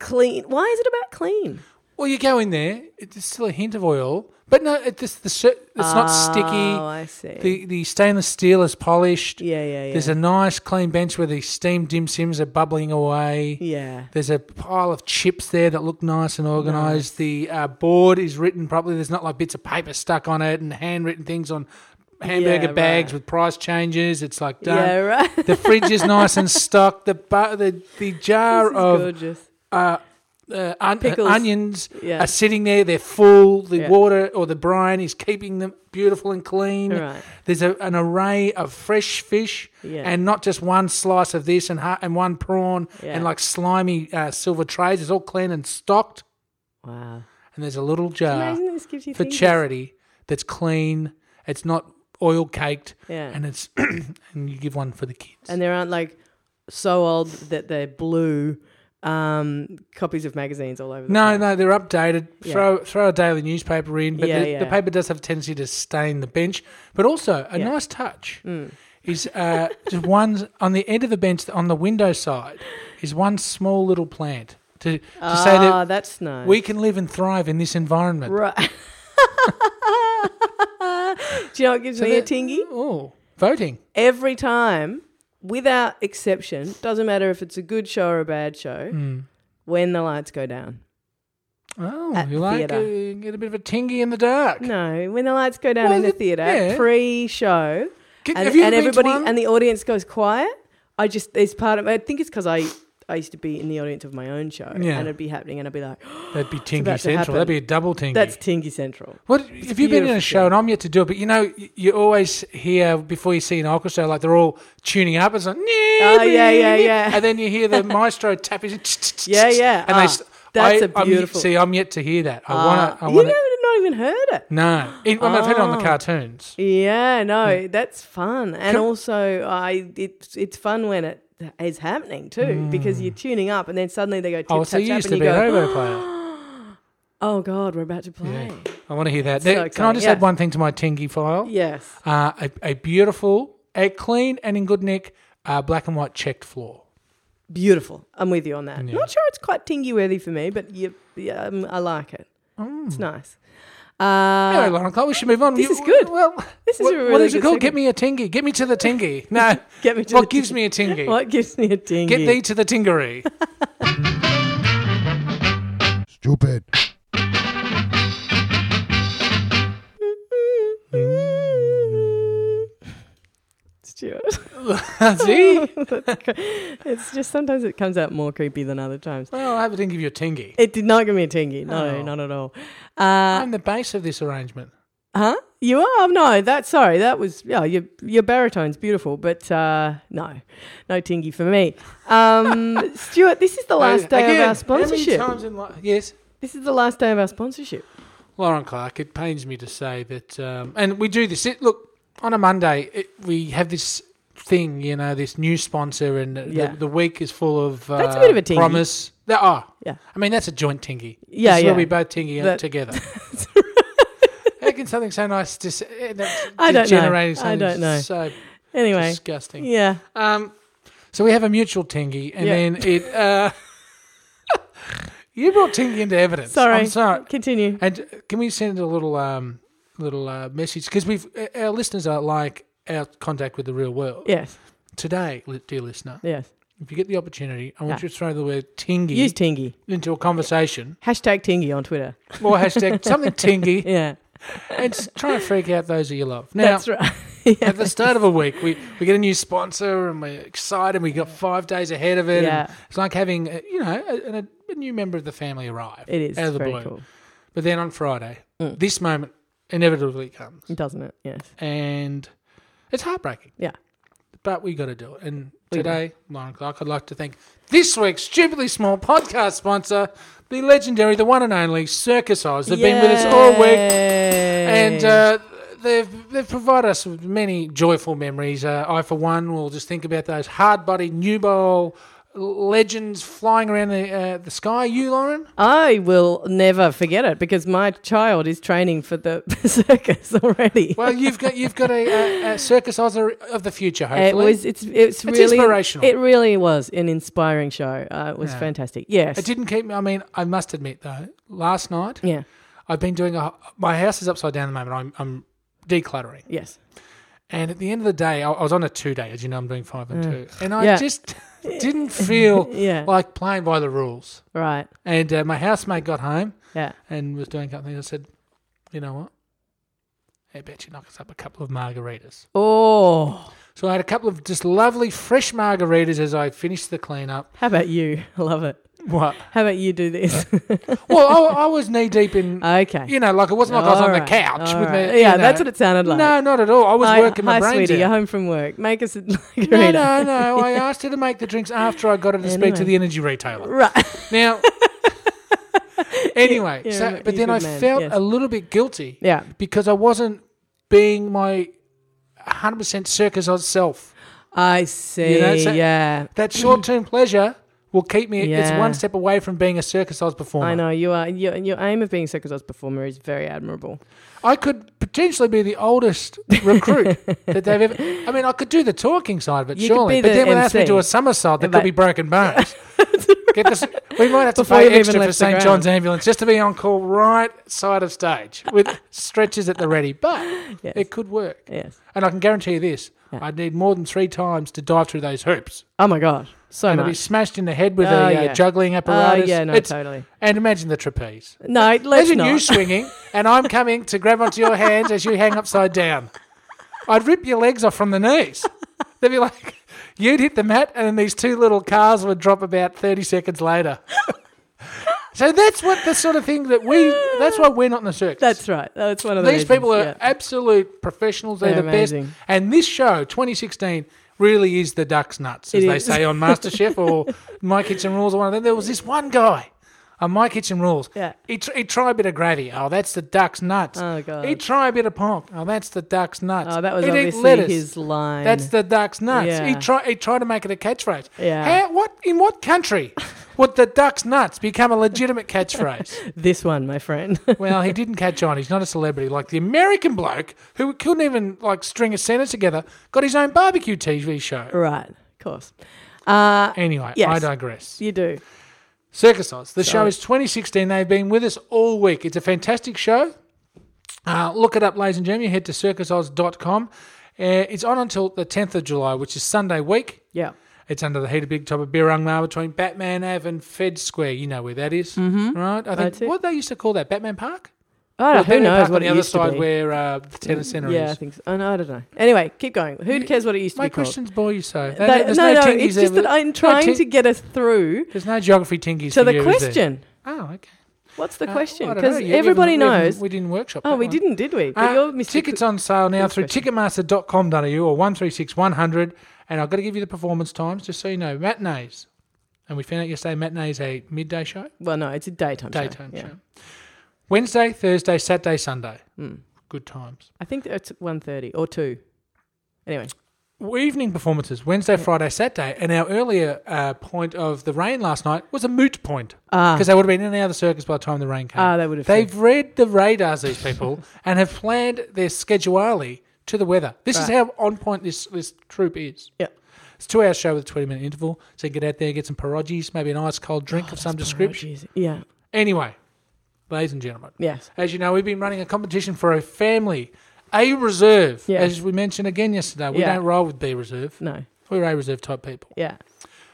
[SPEAKER 2] clean? Why is it about clean?
[SPEAKER 1] Well, you go in there. It's still a hint of oil, but no, it, this, the cer- it's not
[SPEAKER 2] Oh,
[SPEAKER 1] sticky.
[SPEAKER 2] I see.
[SPEAKER 1] The the stainless steel is polished.
[SPEAKER 2] yeah, yeah, yeah.
[SPEAKER 1] There's a nice clean bench where the steamed dim sims are bubbling away.
[SPEAKER 2] yeah.
[SPEAKER 1] There's a pile of chips there that look nice and organised. The uh, board is written properly. There's not like bits of paper stuck on it and handwritten things on hamburger
[SPEAKER 2] Yeah,
[SPEAKER 1] bags
[SPEAKER 2] right.
[SPEAKER 1] with price changes. It's like done.
[SPEAKER 2] Yeah, right.
[SPEAKER 1] The fridge is nice and stocked. The bu- the the jar
[SPEAKER 2] This is
[SPEAKER 1] of
[SPEAKER 2] gorgeous.
[SPEAKER 1] uh, uh, on-
[SPEAKER 2] Pickles.
[SPEAKER 1] onions
[SPEAKER 2] Yeah.
[SPEAKER 1] are sitting there. They're full. The
[SPEAKER 2] Yeah.
[SPEAKER 1] water or the brine is keeping them beautiful and clean.
[SPEAKER 2] Right.
[SPEAKER 1] There's a, an array of fresh fish,
[SPEAKER 2] Yeah.
[SPEAKER 1] and not just one slice of this and ha- and one prawn
[SPEAKER 2] Yeah.
[SPEAKER 1] and like slimy uh, silver trays. It's all clean and stocked.
[SPEAKER 2] Wow.
[SPEAKER 1] And there's a little jar
[SPEAKER 2] Imagine this gives you
[SPEAKER 1] uh, for
[SPEAKER 2] tingies.
[SPEAKER 1] charity that's clean. It's not oil caked,
[SPEAKER 2] Yeah.
[SPEAKER 1] and it's and you give one for the kids.
[SPEAKER 2] and there aren't like so old that they're blue um, copies of magazines all over. The
[SPEAKER 1] no,
[SPEAKER 2] place.
[SPEAKER 1] no, they're updated.
[SPEAKER 2] Yeah.
[SPEAKER 1] Throw throw a daily newspaper in, but
[SPEAKER 2] Yeah,
[SPEAKER 1] the, the
[SPEAKER 2] yeah.
[SPEAKER 1] paper does have a tendency to stain the bench. But also a
[SPEAKER 2] Yeah.
[SPEAKER 1] nice touch
[SPEAKER 2] Mm.
[SPEAKER 1] is uh, just one's on the end of the bench on the window side is one small little plant to to say that
[SPEAKER 2] Ah, that's nice.
[SPEAKER 1] we can live and thrive in this environment.
[SPEAKER 2] right. Do you know what gives
[SPEAKER 1] So
[SPEAKER 2] me
[SPEAKER 1] that-
[SPEAKER 2] a tingy?
[SPEAKER 1] Oh, voting.
[SPEAKER 2] Every time, without exception, doesn't matter if it's a good show or a bad show,
[SPEAKER 1] Mm.
[SPEAKER 2] when the lights go down.
[SPEAKER 1] Oh,
[SPEAKER 2] At
[SPEAKER 1] you like
[SPEAKER 2] theatre.
[SPEAKER 1] uh, you get a bit of a tingy in the dark.
[SPEAKER 2] No, when the lights go down
[SPEAKER 1] Well,
[SPEAKER 2] in the
[SPEAKER 1] the-
[SPEAKER 2] theatre
[SPEAKER 1] yeah.
[SPEAKER 2] pre-show,
[SPEAKER 1] Can-
[SPEAKER 2] and,
[SPEAKER 1] have you
[SPEAKER 2] and
[SPEAKER 1] been to
[SPEAKER 2] everybody
[SPEAKER 1] one?
[SPEAKER 2] and the audience goes quiet. I just it's part of. I think it's because I I used to be in the audience of my own show,
[SPEAKER 1] Yeah.
[SPEAKER 2] and it'd be happening, and I'd be like,
[SPEAKER 1] That'd be
[SPEAKER 2] about
[SPEAKER 1] tingy
[SPEAKER 2] to
[SPEAKER 1] central. That'd
[SPEAKER 2] happen.
[SPEAKER 1] be a double tingy.
[SPEAKER 2] "That's Tingy Central."
[SPEAKER 1] What if you've been in
[SPEAKER 2] beautiful.
[SPEAKER 1] a show and I'm yet to do it? But you know, y- you always hear before you see an orchestra, like they're all tuning up. It's like, oh
[SPEAKER 2] yeah, yeah, yeah.
[SPEAKER 1] and then you hear the maestro tap his,
[SPEAKER 2] Yeah, yeah.
[SPEAKER 1] and
[SPEAKER 2] Ah,
[SPEAKER 1] they. s-
[SPEAKER 2] that's
[SPEAKER 1] I-
[SPEAKER 2] a
[SPEAKER 1] I'm-
[SPEAKER 2] beautiful-
[SPEAKER 1] see, I'm yet to hear that. I
[SPEAKER 2] Ah,
[SPEAKER 1] want to. I
[SPEAKER 2] you
[SPEAKER 1] want
[SPEAKER 2] never
[SPEAKER 1] to.
[SPEAKER 2] not even heard it.
[SPEAKER 1] No, In- I mean, I've heard it on the
[SPEAKER 2] Ah.
[SPEAKER 1] cartoons.
[SPEAKER 2] Yeah, no, that's fun, and
[SPEAKER 1] Hmm. Can-
[SPEAKER 2] also I it's it's fun when it is happening too because you're tuning up, and then suddenly they go tip
[SPEAKER 1] Hmm. Oh,
[SPEAKER 2] tap
[SPEAKER 1] so you
[SPEAKER 2] tap,
[SPEAKER 1] used
[SPEAKER 2] and
[SPEAKER 1] to
[SPEAKER 2] you
[SPEAKER 1] be an
[SPEAKER 2] go,
[SPEAKER 1] oboe player.
[SPEAKER 2] "Oh God, we're about to play."
[SPEAKER 1] Yeah. I want to hear that.
[SPEAKER 2] So
[SPEAKER 1] Now, Can I
[SPEAKER 2] exciting,
[SPEAKER 1] just
[SPEAKER 2] yeah.
[SPEAKER 1] add one thing to my tingy file?
[SPEAKER 2] Yes,
[SPEAKER 1] Uh, a, a beautiful, a clean and in good nick, uh, black and white checked floor.
[SPEAKER 2] beautiful. I'm with you on that.
[SPEAKER 1] Yeah.
[SPEAKER 2] Not sure it's quite tingy worthy for me, but you, yeah, um, I like it.
[SPEAKER 1] Mm.
[SPEAKER 2] It's nice.
[SPEAKER 1] Anyway,
[SPEAKER 2] Uh,
[SPEAKER 1] Lauren Clark, we should move on.
[SPEAKER 2] this is good.
[SPEAKER 1] Well,
[SPEAKER 2] This is
[SPEAKER 1] what-
[SPEAKER 2] a
[SPEAKER 1] what
[SPEAKER 2] really
[SPEAKER 1] is it
[SPEAKER 2] good
[SPEAKER 1] called? Get
[SPEAKER 2] segment.
[SPEAKER 1] me a tingy. Get me to the tingy. No,
[SPEAKER 2] Get me to
[SPEAKER 1] what
[SPEAKER 2] the
[SPEAKER 1] gives me a tingy?
[SPEAKER 2] what gives me a tingy?
[SPEAKER 1] Get thee to the tingery.
[SPEAKER 3] Stupid.
[SPEAKER 2] Stuart.
[SPEAKER 1] See?
[SPEAKER 2] it's just sometimes it comes out more creepy than other times.
[SPEAKER 1] Well, I haven't given you a tingy.
[SPEAKER 2] It did not give me a tingy. No,
[SPEAKER 1] Oh.
[SPEAKER 2] not at all. Uh,
[SPEAKER 1] I'm the base of this arrangement.
[SPEAKER 2] huh? You are? No, that's sorry. That was, yeah, your, your baritone's beautiful, but uh, no, no tingy for me. Um, Stuart, this is the last day
[SPEAKER 1] Again,
[SPEAKER 2] of our sponsorship.
[SPEAKER 1] How many times in life? Yes.
[SPEAKER 2] This is the last day of our sponsorship.
[SPEAKER 1] Lauren Clark, it pains me to say that, um, and we do this. It, look, on a Monday, it, we have this thing, you know, this new sponsor, and
[SPEAKER 2] Yeah.
[SPEAKER 1] the, the week is full of uh,
[SPEAKER 2] That's a bit of a tingy.
[SPEAKER 1] promise. There are.
[SPEAKER 2] Yeah.
[SPEAKER 1] I mean, that's a joint tingy.
[SPEAKER 2] Yeah,
[SPEAKER 1] this is Where
[SPEAKER 2] yeah.
[SPEAKER 1] we both tingy
[SPEAKER 2] That-
[SPEAKER 1] together. How can something so nice eh, just
[SPEAKER 2] I don't know.
[SPEAKER 1] generating something
[SPEAKER 2] I don't know.
[SPEAKER 1] so
[SPEAKER 2] Anyway,
[SPEAKER 1] disgusting?
[SPEAKER 2] yeah.
[SPEAKER 1] Um, so we have a mutual tingy, and
[SPEAKER 2] Yeah.
[SPEAKER 1] then it. Uh, you brought tingy into evidence.
[SPEAKER 2] Sorry.
[SPEAKER 1] I'm sorry.
[SPEAKER 2] Continue.
[SPEAKER 1] And can we send a little um, little uh, message because we've our listeners are like our contact with the real world
[SPEAKER 2] Yes,
[SPEAKER 1] today, li- dear listener.
[SPEAKER 2] yes.
[SPEAKER 1] If you get the opportunity, I want
[SPEAKER 2] Yeah.
[SPEAKER 1] you to throw the word tingy
[SPEAKER 2] Use tingy.
[SPEAKER 1] into a conversation
[SPEAKER 2] Hashtag tingy on Twitter.
[SPEAKER 1] or hashtag something tingy
[SPEAKER 2] Yeah,
[SPEAKER 1] and s- try and freak out those that you love. Now,
[SPEAKER 2] that's right. yeah.
[SPEAKER 1] at the start of a week, we, we get a new sponsor and we're excited. We got five days ahead of it. and
[SPEAKER 2] Yeah.
[SPEAKER 1] It's like having uh, you know a, a, a new member of the family arrive.
[SPEAKER 2] It is
[SPEAKER 1] out of the
[SPEAKER 2] very
[SPEAKER 1] blue.
[SPEAKER 2] cool, Mm.
[SPEAKER 1] But then on Friday, this moment inevitably comes.
[SPEAKER 2] doesn't it? Yes.
[SPEAKER 1] and it's heartbreaking.
[SPEAKER 2] Yeah.
[SPEAKER 1] But we got to do it. And
[SPEAKER 2] We do.
[SPEAKER 1] today, Lauren Clark, I'd like to thank this week's stupidly small podcast sponsor, the legendary, the one and only Circus Oz. They've been with us all week, and uh, they've they've provided us with many joyful memories. Uh, I, for one, will just think about those hard-bodied nubile legends flying around the uh, the sky. You, Lauren,
[SPEAKER 2] I will never forget it because my child is training for the circus already.
[SPEAKER 1] well, you've got you've got a, a, a Circus Oz of the future. Hopefully,
[SPEAKER 2] it was it's it's really
[SPEAKER 1] inspirational.
[SPEAKER 2] It really was an inspiring show. Uh, it was
[SPEAKER 1] Yeah.
[SPEAKER 2] fantastic. Yes.
[SPEAKER 1] It didn't keep me. I mean, I must admit though, last night
[SPEAKER 2] yeah.
[SPEAKER 1] I've been doing a. My house is upside down at the moment. I'm, I'm decluttering,
[SPEAKER 2] Yes.
[SPEAKER 1] and at the end of the day, I, I was on a two day. As you know, I'm doing five and two, and I
[SPEAKER 2] Mm. Yeah.
[SPEAKER 1] just didn't feel
[SPEAKER 2] Yeah.
[SPEAKER 1] like playing by the rules.
[SPEAKER 2] Right.
[SPEAKER 1] And uh, my housemate got home
[SPEAKER 2] Yeah.
[SPEAKER 1] and was doing something. I said, "You know what? I bet you knock us up a couple of margaritas."
[SPEAKER 2] Oh,
[SPEAKER 1] So I had a couple of just lovely fresh margaritas as I finished the cleanup.
[SPEAKER 2] how about you? I love it.
[SPEAKER 1] What?
[SPEAKER 2] How about you do this?
[SPEAKER 1] Well, I, I was knee deep in.
[SPEAKER 2] okay.
[SPEAKER 1] You know, like it wasn't like I was on the couch with
[SPEAKER 2] me.
[SPEAKER 1] the.
[SPEAKER 2] Yeah,
[SPEAKER 1] you know.
[SPEAKER 2] that's what it sounded like.
[SPEAKER 1] No, not at all. I was
[SPEAKER 2] Hi-
[SPEAKER 1] working my
[SPEAKER 2] hi,
[SPEAKER 1] brains
[SPEAKER 2] sweetie. You're
[SPEAKER 1] out.
[SPEAKER 2] home from work. Make us a margarita.
[SPEAKER 1] No, no, no. I asked her to make the drinks after I got her to speak to
[SPEAKER 2] Anyway.
[SPEAKER 1] the energy retailer.
[SPEAKER 2] Right.
[SPEAKER 1] Now, anyway,
[SPEAKER 2] Yeah,
[SPEAKER 1] so,
[SPEAKER 2] right,
[SPEAKER 1] but
[SPEAKER 2] you're
[SPEAKER 1] then
[SPEAKER 2] a
[SPEAKER 1] I
[SPEAKER 2] good man,
[SPEAKER 1] felt
[SPEAKER 2] yes.
[SPEAKER 1] a little bit guilty
[SPEAKER 2] Yeah.
[SPEAKER 1] because I wasn't being my 100% circus on self.
[SPEAKER 2] I see.
[SPEAKER 1] so-
[SPEAKER 2] yeah.
[SPEAKER 1] That short term pleasure will keep me, it's
[SPEAKER 2] Yeah.
[SPEAKER 1] one step away from being a circus Oz performer.
[SPEAKER 2] I know you are. Your, your aim of being a circus arts performer is very admirable.
[SPEAKER 1] I could potentially be the oldest recruit that they've ever. I mean, I could do the talking side of it,
[SPEAKER 2] You could
[SPEAKER 1] surely.
[SPEAKER 2] be
[SPEAKER 1] but
[SPEAKER 2] the
[SPEAKER 1] then when they ask me to
[SPEAKER 2] MC.
[SPEAKER 1] do a somersault, there
[SPEAKER 2] But-
[SPEAKER 1] could be broken bones. Get this, we might have to
[SPEAKER 2] Before
[SPEAKER 1] pay
[SPEAKER 2] you've even
[SPEAKER 1] extra
[SPEAKER 2] left
[SPEAKER 1] for
[SPEAKER 2] the
[SPEAKER 1] St
[SPEAKER 2] ground.
[SPEAKER 1] John's ambulance just to be on call right side of stage with stretchers at the ready. But
[SPEAKER 2] Yes.
[SPEAKER 1] it could work,
[SPEAKER 2] Yes.
[SPEAKER 1] and I can guarantee you this:
[SPEAKER 2] Yeah.
[SPEAKER 1] I'd need more than three times to dive through those hoops,
[SPEAKER 2] Oh my gosh. So
[SPEAKER 1] and I'd be
[SPEAKER 2] much.
[SPEAKER 1] smashed in the head with
[SPEAKER 2] Oh,
[SPEAKER 1] a uh,
[SPEAKER 2] yeah.
[SPEAKER 1] juggling
[SPEAKER 2] Oh
[SPEAKER 1] apparatus.
[SPEAKER 2] yeah. No.
[SPEAKER 1] It's-
[SPEAKER 2] Totally.
[SPEAKER 1] and imagine the trapeze.
[SPEAKER 2] No. Let's
[SPEAKER 1] Imagine
[SPEAKER 2] not.
[SPEAKER 1] you swinging and I'm coming to grab onto your hands as you hang upside down. I'd rip your legs off from the knees. They'd be like, you'd hit the mat and then these two little cars would drop about 30 seconds later. so that's what the sort of thing that we, that's why we're not in the circus.
[SPEAKER 2] That's right. That's one of the
[SPEAKER 1] These
[SPEAKER 2] reasons,
[SPEAKER 1] people are
[SPEAKER 2] yeah.
[SPEAKER 1] absolute professionals. They're,
[SPEAKER 2] They're
[SPEAKER 1] the
[SPEAKER 2] amazing.
[SPEAKER 1] best. And this show, 2016, really is the duck's nuts, as
[SPEAKER 2] It
[SPEAKER 1] they
[SPEAKER 2] is.
[SPEAKER 1] say on MasterChef or My Kitchen Rules or one of them. There was this one guy on My Kitchen Rules.
[SPEAKER 2] Yeah.
[SPEAKER 1] He, tr- he tried a bit of gravy. Oh, that's the duck's nuts.
[SPEAKER 2] Oh, God.
[SPEAKER 1] He tried a bit of pork. Oh, that's the duck's nuts.
[SPEAKER 2] Oh, that was
[SPEAKER 1] He'd eat
[SPEAKER 2] obviously
[SPEAKER 1] lettuce.
[SPEAKER 2] his line.
[SPEAKER 1] That's the duck's nuts. He
[SPEAKER 2] Yeah.
[SPEAKER 1] tried. He tried to make it a catchphrase.
[SPEAKER 2] Yeah.
[SPEAKER 1] How, what in what country would the duck's nuts become a legitimate catchphrase?
[SPEAKER 2] this one, my friend.
[SPEAKER 1] Well, he didn't catch on. He's not a celebrity like the American bloke who couldn't even like string a sentence together. Got his own barbecue TV show.
[SPEAKER 2] right. Of course. Uh,
[SPEAKER 1] Anyway,
[SPEAKER 2] Yes.
[SPEAKER 1] I digress.
[SPEAKER 2] you do.
[SPEAKER 1] Circus Oz. The show
[SPEAKER 2] Sorry.
[SPEAKER 1] is 2016. They've been with us all week. It's a fantastic show. Uh, look it up, ladies and gentlemen. Head to circusoz.com. Uh, it's on until the 10th of July, which is Sunday week.
[SPEAKER 2] Yeah.
[SPEAKER 1] It's under the heat of big top of Birrungmar between Batman Ave and Fed Square. You know where that is, right? I
[SPEAKER 2] Mm-hmm. That's
[SPEAKER 1] think
[SPEAKER 2] it.
[SPEAKER 1] what they used to call that Batman Park.
[SPEAKER 2] I don't,
[SPEAKER 1] Well,
[SPEAKER 2] who
[SPEAKER 1] Batman
[SPEAKER 2] knows
[SPEAKER 1] Park
[SPEAKER 2] what
[SPEAKER 1] on the
[SPEAKER 2] it
[SPEAKER 1] other
[SPEAKER 2] used to
[SPEAKER 1] side
[SPEAKER 2] be.
[SPEAKER 1] where uh, the tennis centre
[SPEAKER 2] yeah, I
[SPEAKER 1] is.
[SPEAKER 2] think so. Oh, no, I don't know. Anyway, keep going. Who cares what it used to
[SPEAKER 1] My
[SPEAKER 2] be called?
[SPEAKER 1] questions bore you so. They-
[SPEAKER 2] That-
[SPEAKER 1] there's
[SPEAKER 2] no, no,
[SPEAKER 1] tingies
[SPEAKER 2] it's just
[SPEAKER 1] there,
[SPEAKER 2] that I'm
[SPEAKER 1] but-
[SPEAKER 2] trying
[SPEAKER 1] no
[SPEAKER 2] to
[SPEAKER 1] ting-
[SPEAKER 2] get us through
[SPEAKER 1] There's no geography tingies. for
[SPEAKER 2] to the
[SPEAKER 1] you, is there?
[SPEAKER 2] question.
[SPEAKER 1] Oh, okay.
[SPEAKER 2] What's the
[SPEAKER 1] Uh,
[SPEAKER 2] question?
[SPEAKER 1] I don't
[SPEAKER 2] Because
[SPEAKER 1] know. You-
[SPEAKER 2] everybody
[SPEAKER 1] we haven't-
[SPEAKER 2] knows.
[SPEAKER 1] we didn't workshop.
[SPEAKER 2] oh,
[SPEAKER 1] that
[SPEAKER 2] we
[SPEAKER 1] one.
[SPEAKER 2] didn't, did we? But
[SPEAKER 1] Uh,
[SPEAKER 2] you're Mr.
[SPEAKER 1] tickets on sale now
[SPEAKER 2] Quiz
[SPEAKER 1] through
[SPEAKER 2] question.
[SPEAKER 1] ticketmaster.com.au or one three six one hundred. And I've got to give you the performance times just so you know. Matinees. And we found out yesterday matinee is a midday show,
[SPEAKER 2] Well, no, it's a daytime show.
[SPEAKER 1] daytime
[SPEAKER 2] Yeah.
[SPEAKER 1] show. Wednesday, Thursday, Saturday, Sunday.
[SPEAKER 2] Hmm.
[SPEAKER 1] Good times.
[SPEAKER 2] I think it's 1.30 or 2. Anyway,
[SPEAKER 1] evening performances Wednesday, Friday, Saturday, and our earlier uh, point of the rain last night was a moot point
[SPEAKER 2] Ah.
[SPEAKER 1] because they would have been in and out of the circus by the time the rain came.
[SPEAKER 2] Ah, they would have
[SPEAKER 1] They've read the radars, these people, and have planned their scheduale to the weather. This is how on point this this troop is.
[SPEAKER 2] yeah.
[SPEAKER 1] It's a two hour show with a twenty minute interval, so get out there, get some pierogies, maybe an ice cold
[SPEAKER 2] Oh,
[SPEAKER 1] drink of some description.
[SPEAKER 2] Jeez. Yeah,
[SPEAKER 1] Anyway, ladies and gentlemen,
[SPEAKER 2] yes.
[SPEAKER 1] as you know, we've been running a competition for a family. A reserve,
[SPEAKER 2] Yeah.
[SPEAKER 1] as we mentioned again yesterday, we
[SPEAKER 2] Yeah.
[SPEAKER 1] don't roll with B reserve.
[SPEAKER 2] No,
[SPEAKER 1] We're A reserve type people.
[SPEAKER 2] yeah,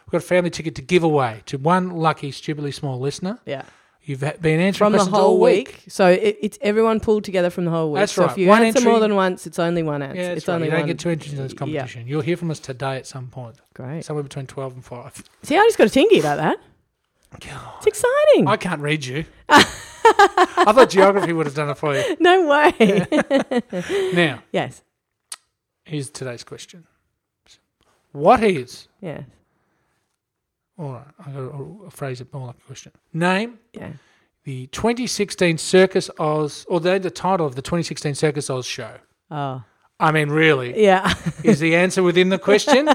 [SPEAKER 1] We've got a family ticket to give away to one lucky, stupidly small listener.
[SPEAKER 2] yeah.
[SPEAKER 1] You've ha- been answering
[SPEAKER 2] From the
[SPEAKER 1] questions
[SPEAKER 2] whole
[SPEAKER 1] all
[SPEAKER 2] week. So it, it's everyone pulled together from the whole week.
[SPEAKER 1] That's
[SPEAKER 2] so
[SPEAKER 1] right.
[SPEAKER 2] if you
[SPEAKER 1] One
[SPEAKER 2] answer more
[SPEAKER 1] entry-
[SPEAKER 2] than once, it's only one answer.
[SPEAKER 1] Yeah, that's
[SPEAKER 2] it's
[SPEAKER 1] right.
[SPEAKER 2] only
[SPEAKER 1] you don't
[SPEAKER 2] one.
[SPEAKER 1] get two entries in this
[SPEAKER 2] Yeah.
[SPEAKER 1] competition. You'll hear from us today at some point,
[SPEAKER 2] Great.
[SPEAKER 1] somewhere between twelve and five.
[SPEAKER 2] See, I just got a tingy about that. It's exciting.
[SPEAKER 1] I can't read you. I thought geography would have done it for you.
[SPEAKER 2] no way.
[SPEAKER 1] Now,
[SPEAKER 2] yes.
[SPEAKER 1] here's today's question: What is?
[SPEAKER 2] Yeah.
[SPEAKER 1] All right, I got to phrase it more like a question. Name
[SPEAKER 2] Yeah.
[SPEAKER 1] the 2016 Circus Oz, or the, the title of the 2016 Circus Oz show. Ah.
[SPEAKER 2] Oh.
[SPEAKER 1] I mean, really,
[SPEAKER 2] Yeah.
[SPEAKER 1] Is the answer within the question?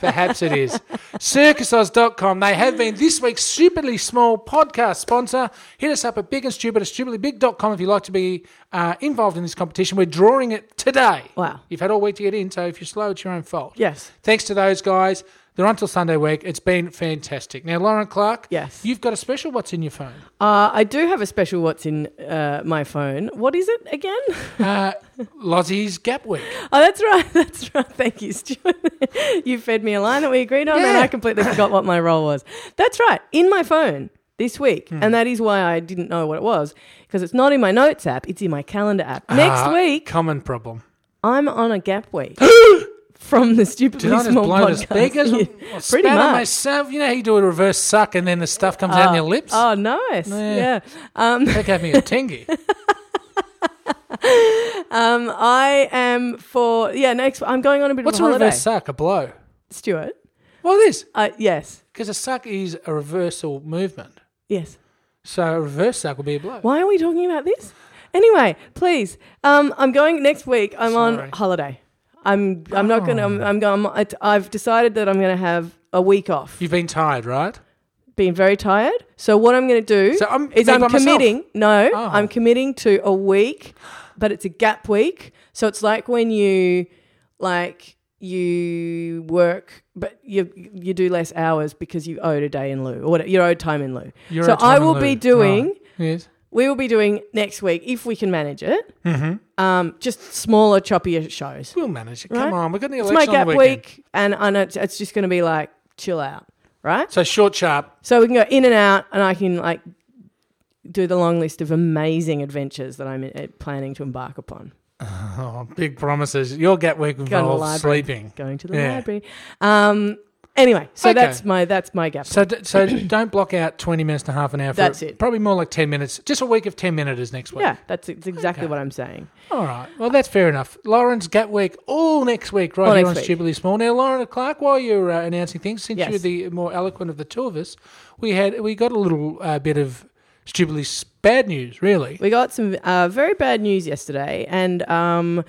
[SPEAKER 1] Perhaps it is. CircusOz.com. They have been this week's stupidly small podcast sponsor. Hit us up at big and stupid at stupidlybig.com if you'd like to be uh, involved in this competition. We're drawing it today.
[SPEAKER 2] Wow.
[SPEAKER 1] You've had all week to get in, so if you're slow, it's your own fault.
[SPEAKER 2] Yes.
[SPEAKER 1] Thanks to those guys. They're on till Sunday week. It's been fantastic. Now, Lauren Clark,
[SPEAKER 2] Yes.
[SPEAKER 1] you've got a special what's in your phone.
[SPEAKER 2] Uh, I do have a special what's in uh, my phone. What is it again?
[SPEAKER 1] Uh, Lozzie's Gap Week.
[SPEAKER 2] Oh, that's right. That's right. Thank you, Stuart. you fed me a line that we agreed on, and
[SPEAKER 1] Yeah.
[SPEAKER 2] I completely forgot what my role was. That's right. In my phone this week.
[SPEAKER 1] Hmm.
[SPEAKER 2] And that is why I didn't know what it was because it's not in my notes app, it's in my calendar app. Next
[SPEAKER 1] Ah,
[SPEAKER 2] week,
[SPEAKER 1] Common problem.
[SPEAKER 2] I'm on a gap week from the Stupidly
[SPEAKER 1] Did I just
[SPEAKER 2] Small
[SPEAKER 1] blow the
[SPEAKER 2] podcast.
[SPEAKER 1] speakers?
[SPEAKER 2] Yeah,
[SPEAKER 1] or spat on
[SPEAKER 2] much.
[SPEAKER 1] myself. You know how you do a reverse suck and then the stuff comes out in your lips?
[SPEAKER 2] Oh, nice.
[SPEAKER 1] Yeah.
[SPEAKER 2] Yeah. Um,
[SPEAKER 1] That gave me a tingy.
[SPEAKER 2] um, I am for, yeah, next, I'm going on a bit
[SPEAKER 1] What's a
[SPEAKER 2] of a holiday.
[SPEAKER 1] reverse suck? A blow?
[SPEAKER 2] Stuart?
[SPEAKER 1] Well, it is.
[SPEAKER 2] Uh, yes.
[SPEAKER 1] Because a suck is a reversal movement.
[SPEAKER 2] Yes.
[SPEAKER 1] So a reverse suck would be a blow.
[SPEAKER 2] Why are we talking about this? Anyway, please. Um, I'm going next week. I'm
[SPEAKER 1] Sorry.
[SPEAKER 2] on holiday. I'm I'm not gonna I'm I'm, going, I'm it- I've decided that I'm gonna have a week off.
[SPEAKER 1] You've been tired, right?
[SPEAKER 2] Hmm? Been very tired. So what I'm gonna do
[SPEAKER 1] So I'm-
[SPEAKER 2] is
[SPEAKER 1] no,
[SPEAKER 2] I'm
[SPEAKER 1] by myself.
[SPEAKER 2] committing. No,
[SPEAKER 1] Oh.
[SPEAKER 2] I'm committing to a week, but it's a gap week. So it's like when you like you work but you you do less hours because you owed a day in lieu or whatever, you owed time in lieu.
[SPEAKER 1] You're
[SPEAKER 2] so
[SPEAKER 1] at time
[SPEAKER 2] I
[SPEAKER 1] and
[SPEAKER 2] will
[SPEAKER 1] lieu.
[SPEAKER 2] be
[SPEAKER 1] Right.
[SPEAKER 2] doing
[SPEAKER 1] Yes.
[SPEAKER 2] we will be doing next week if we can manage it. Mm-hmm. Um, just smaller, choppier shows.
[SPEAKER 1] We'll manage it. Come
[SPEAKER 2] Right.
[SPEAKER 1] on, we've got the
[SPEAKER 2] It's
[SPEAKER 1] election on
[SPEAKER 2] my gap
[SPEAKER 1] the weekend.
[SPEAKER 2] week, and I know it's, it's just going to be like chill out, right?
[SPEAKER 1] So short, sharp.
[SPEAKER 2] So we can go in and out, and I can like do the long list of amazing adventures that I'm uh, planning to embark upon.
[SPEAKER 1] Oh, big promises. Your gap week involves
[SPEAKER 2] library.
[SPEAKER 1] sleeping.
[SPEAKER 2] Going to the
[SPEAKER 1] Yeah.
[SPEAKER 2] library. Um, anyway, so
[SPEAKER 1] Okay.
[SPEAKER 2] that's my that's my gap.
[SPEAKER 1] So, d- so don't block out twenty minutes to half an hour. For
[SPEAKER 2] That's it.
[SPEAKER 1] Probably more like ten minutes. Just a week of ten minutes next week.
[SPEAKER 2] yeah, that's it's exactly what I'm saying.
[SPEAKER 1] All right. Well, that's fair enough. Lauren's Gap Week all next week, right
[SPEAKER 2] All
[SPEAKER 1] here
[SPEAKER 2] next
[SPEAKER 1] on
[SPEAKER 2] week.
[SPEAKER 1] Stupidly Small. Now, Lauren Clark, while you were uh, announcing things, since
[SPEAKER 2] Yes.
[SPEAKER 1] you're the more eloquent of the two of us, we had we got a little uh, bit of stupidly s- bad news, really.
[SPEAKER 2] We got some uh, very bad news yesterday, and um,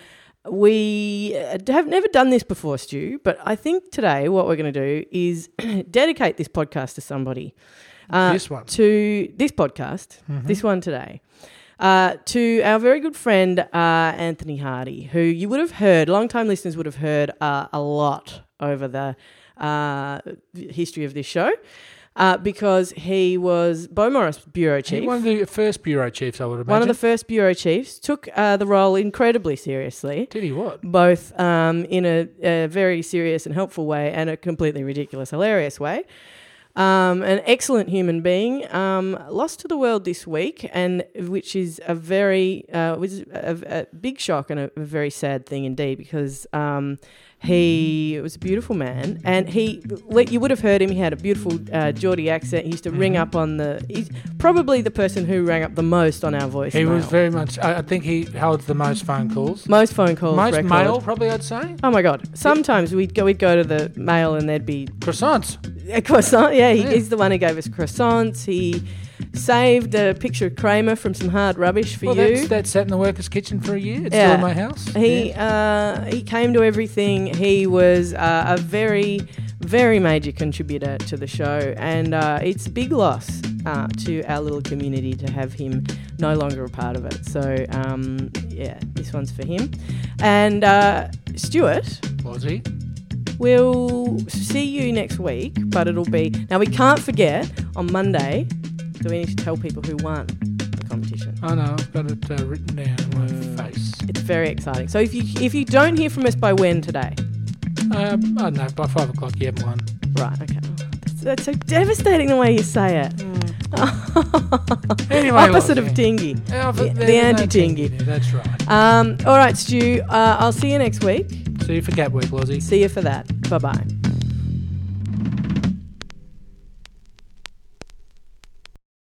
[SPEAKER 2] we uh, have never done this before, Stu. But I think today what we're going to do is dedicate this podcast to somebody. Uh,
[SPEAKER 1] This one.
[SPEAKER 2] to this podcast, this one today. Uh, to our very good friend uh, Anthony Hardy, who you would have heard, long-time listeners would have heard uh, a lot over the uh, history of this show, uh, because he was Bo Morris bureau chief.
[SPEAKER 1] He- One of the first bureau chiefs, I would imagine.
[SPEAKER 2] One of the first bureau chiefs took uh, the role incredibly seriously,
[SPEAKER 1] Did he what?
[SPEAKER 2] both um, in a, a very serious and helpful way and a completely ridiculous, hilarious way. Um, an excellent human being, um, lost to the world this week, and which is a very uh, was a, a big shock and a, a very sad thing indeed because um, he was a beautiful man, and he you would have heard him. He had a beautiful uh, Geordie accent. He used to ring up on the. He's probably the person who rang up the most on our voice.
[SPEAKER 1] He was very much. I, I think he holds the most phone calls,
[SPEAKER 2] most phone calls.
[SPEAKER 1] most
[SPEAKER 2] record.
[SPEAKER 1] mail, probably. I'd say
[SPEAKER 2] Oh my god! Sometimes we'd go, we'd go to the mail and there'd be
[SPEAKER 1] croissants.
[SPEAKER 2] a croissant. Yeah, he,
[SPEAKER 1] Yeah.
[SPEAKER 2] he's the one who gave us croissants. He saved a picture of Kramer from some hard rubbish for
[SPEAKER 1] well,
[SPEAKER 2] you.
[SPEAKER 1] That's, that sat in the workers' kitchen for a year. It's still
[SPEAKER 2] Yeah.
[SPEAKER 1] in my house.
[SPEAKER 2] He
[SPEAKER 1] Yeah.
[SPEAKER 2] uh, he came to everything. He was uh, a very very major contributor to the show, and uh, it's a big loss uh, to our little community to have him no longer a part of it. So um, yeah, this one's for him. And uh, Stuart,
[SPEAKER 1] was he?
[SPEAKER 2] We'll see you next week, but it'll be. Now, we can't forget on Monday, do we need to tell people who won the competition?
[SPEAKER 1] Oh no, I've got it uh, written down on my face.
[SPEAKER 2] It's very exciting. So, if you if you don't hear from us by when today,
[SPEAKER 1] Um, I don't know. By five o'clock, you have one.
[SPEAKER 2] right, okay. That's, that's so devastating the way you say it.
[SPEAKER 1] Anyway,
[SPEAKER 2] Mm. Opposite
[SPEAKER 1] Lottie.
[SPEAKER 2] of dingy.
[SPEAKER 1] Yeah,
[SPEAKER 2] The-
[SPEAKER 1] but
[SPEAKER 2] the
[SPEAKER 1] there's no
[SPEAKER 2] anti-dinghy.
[SPEAKER 1] dinghy there, That's right.
[SPEAKER 2] Um, all right, Stu, uh, I'll see you next week.
[SPEAKER 1] So you forget week, Lozzie.
[SPEAKER 2] See you for that. Bye bye.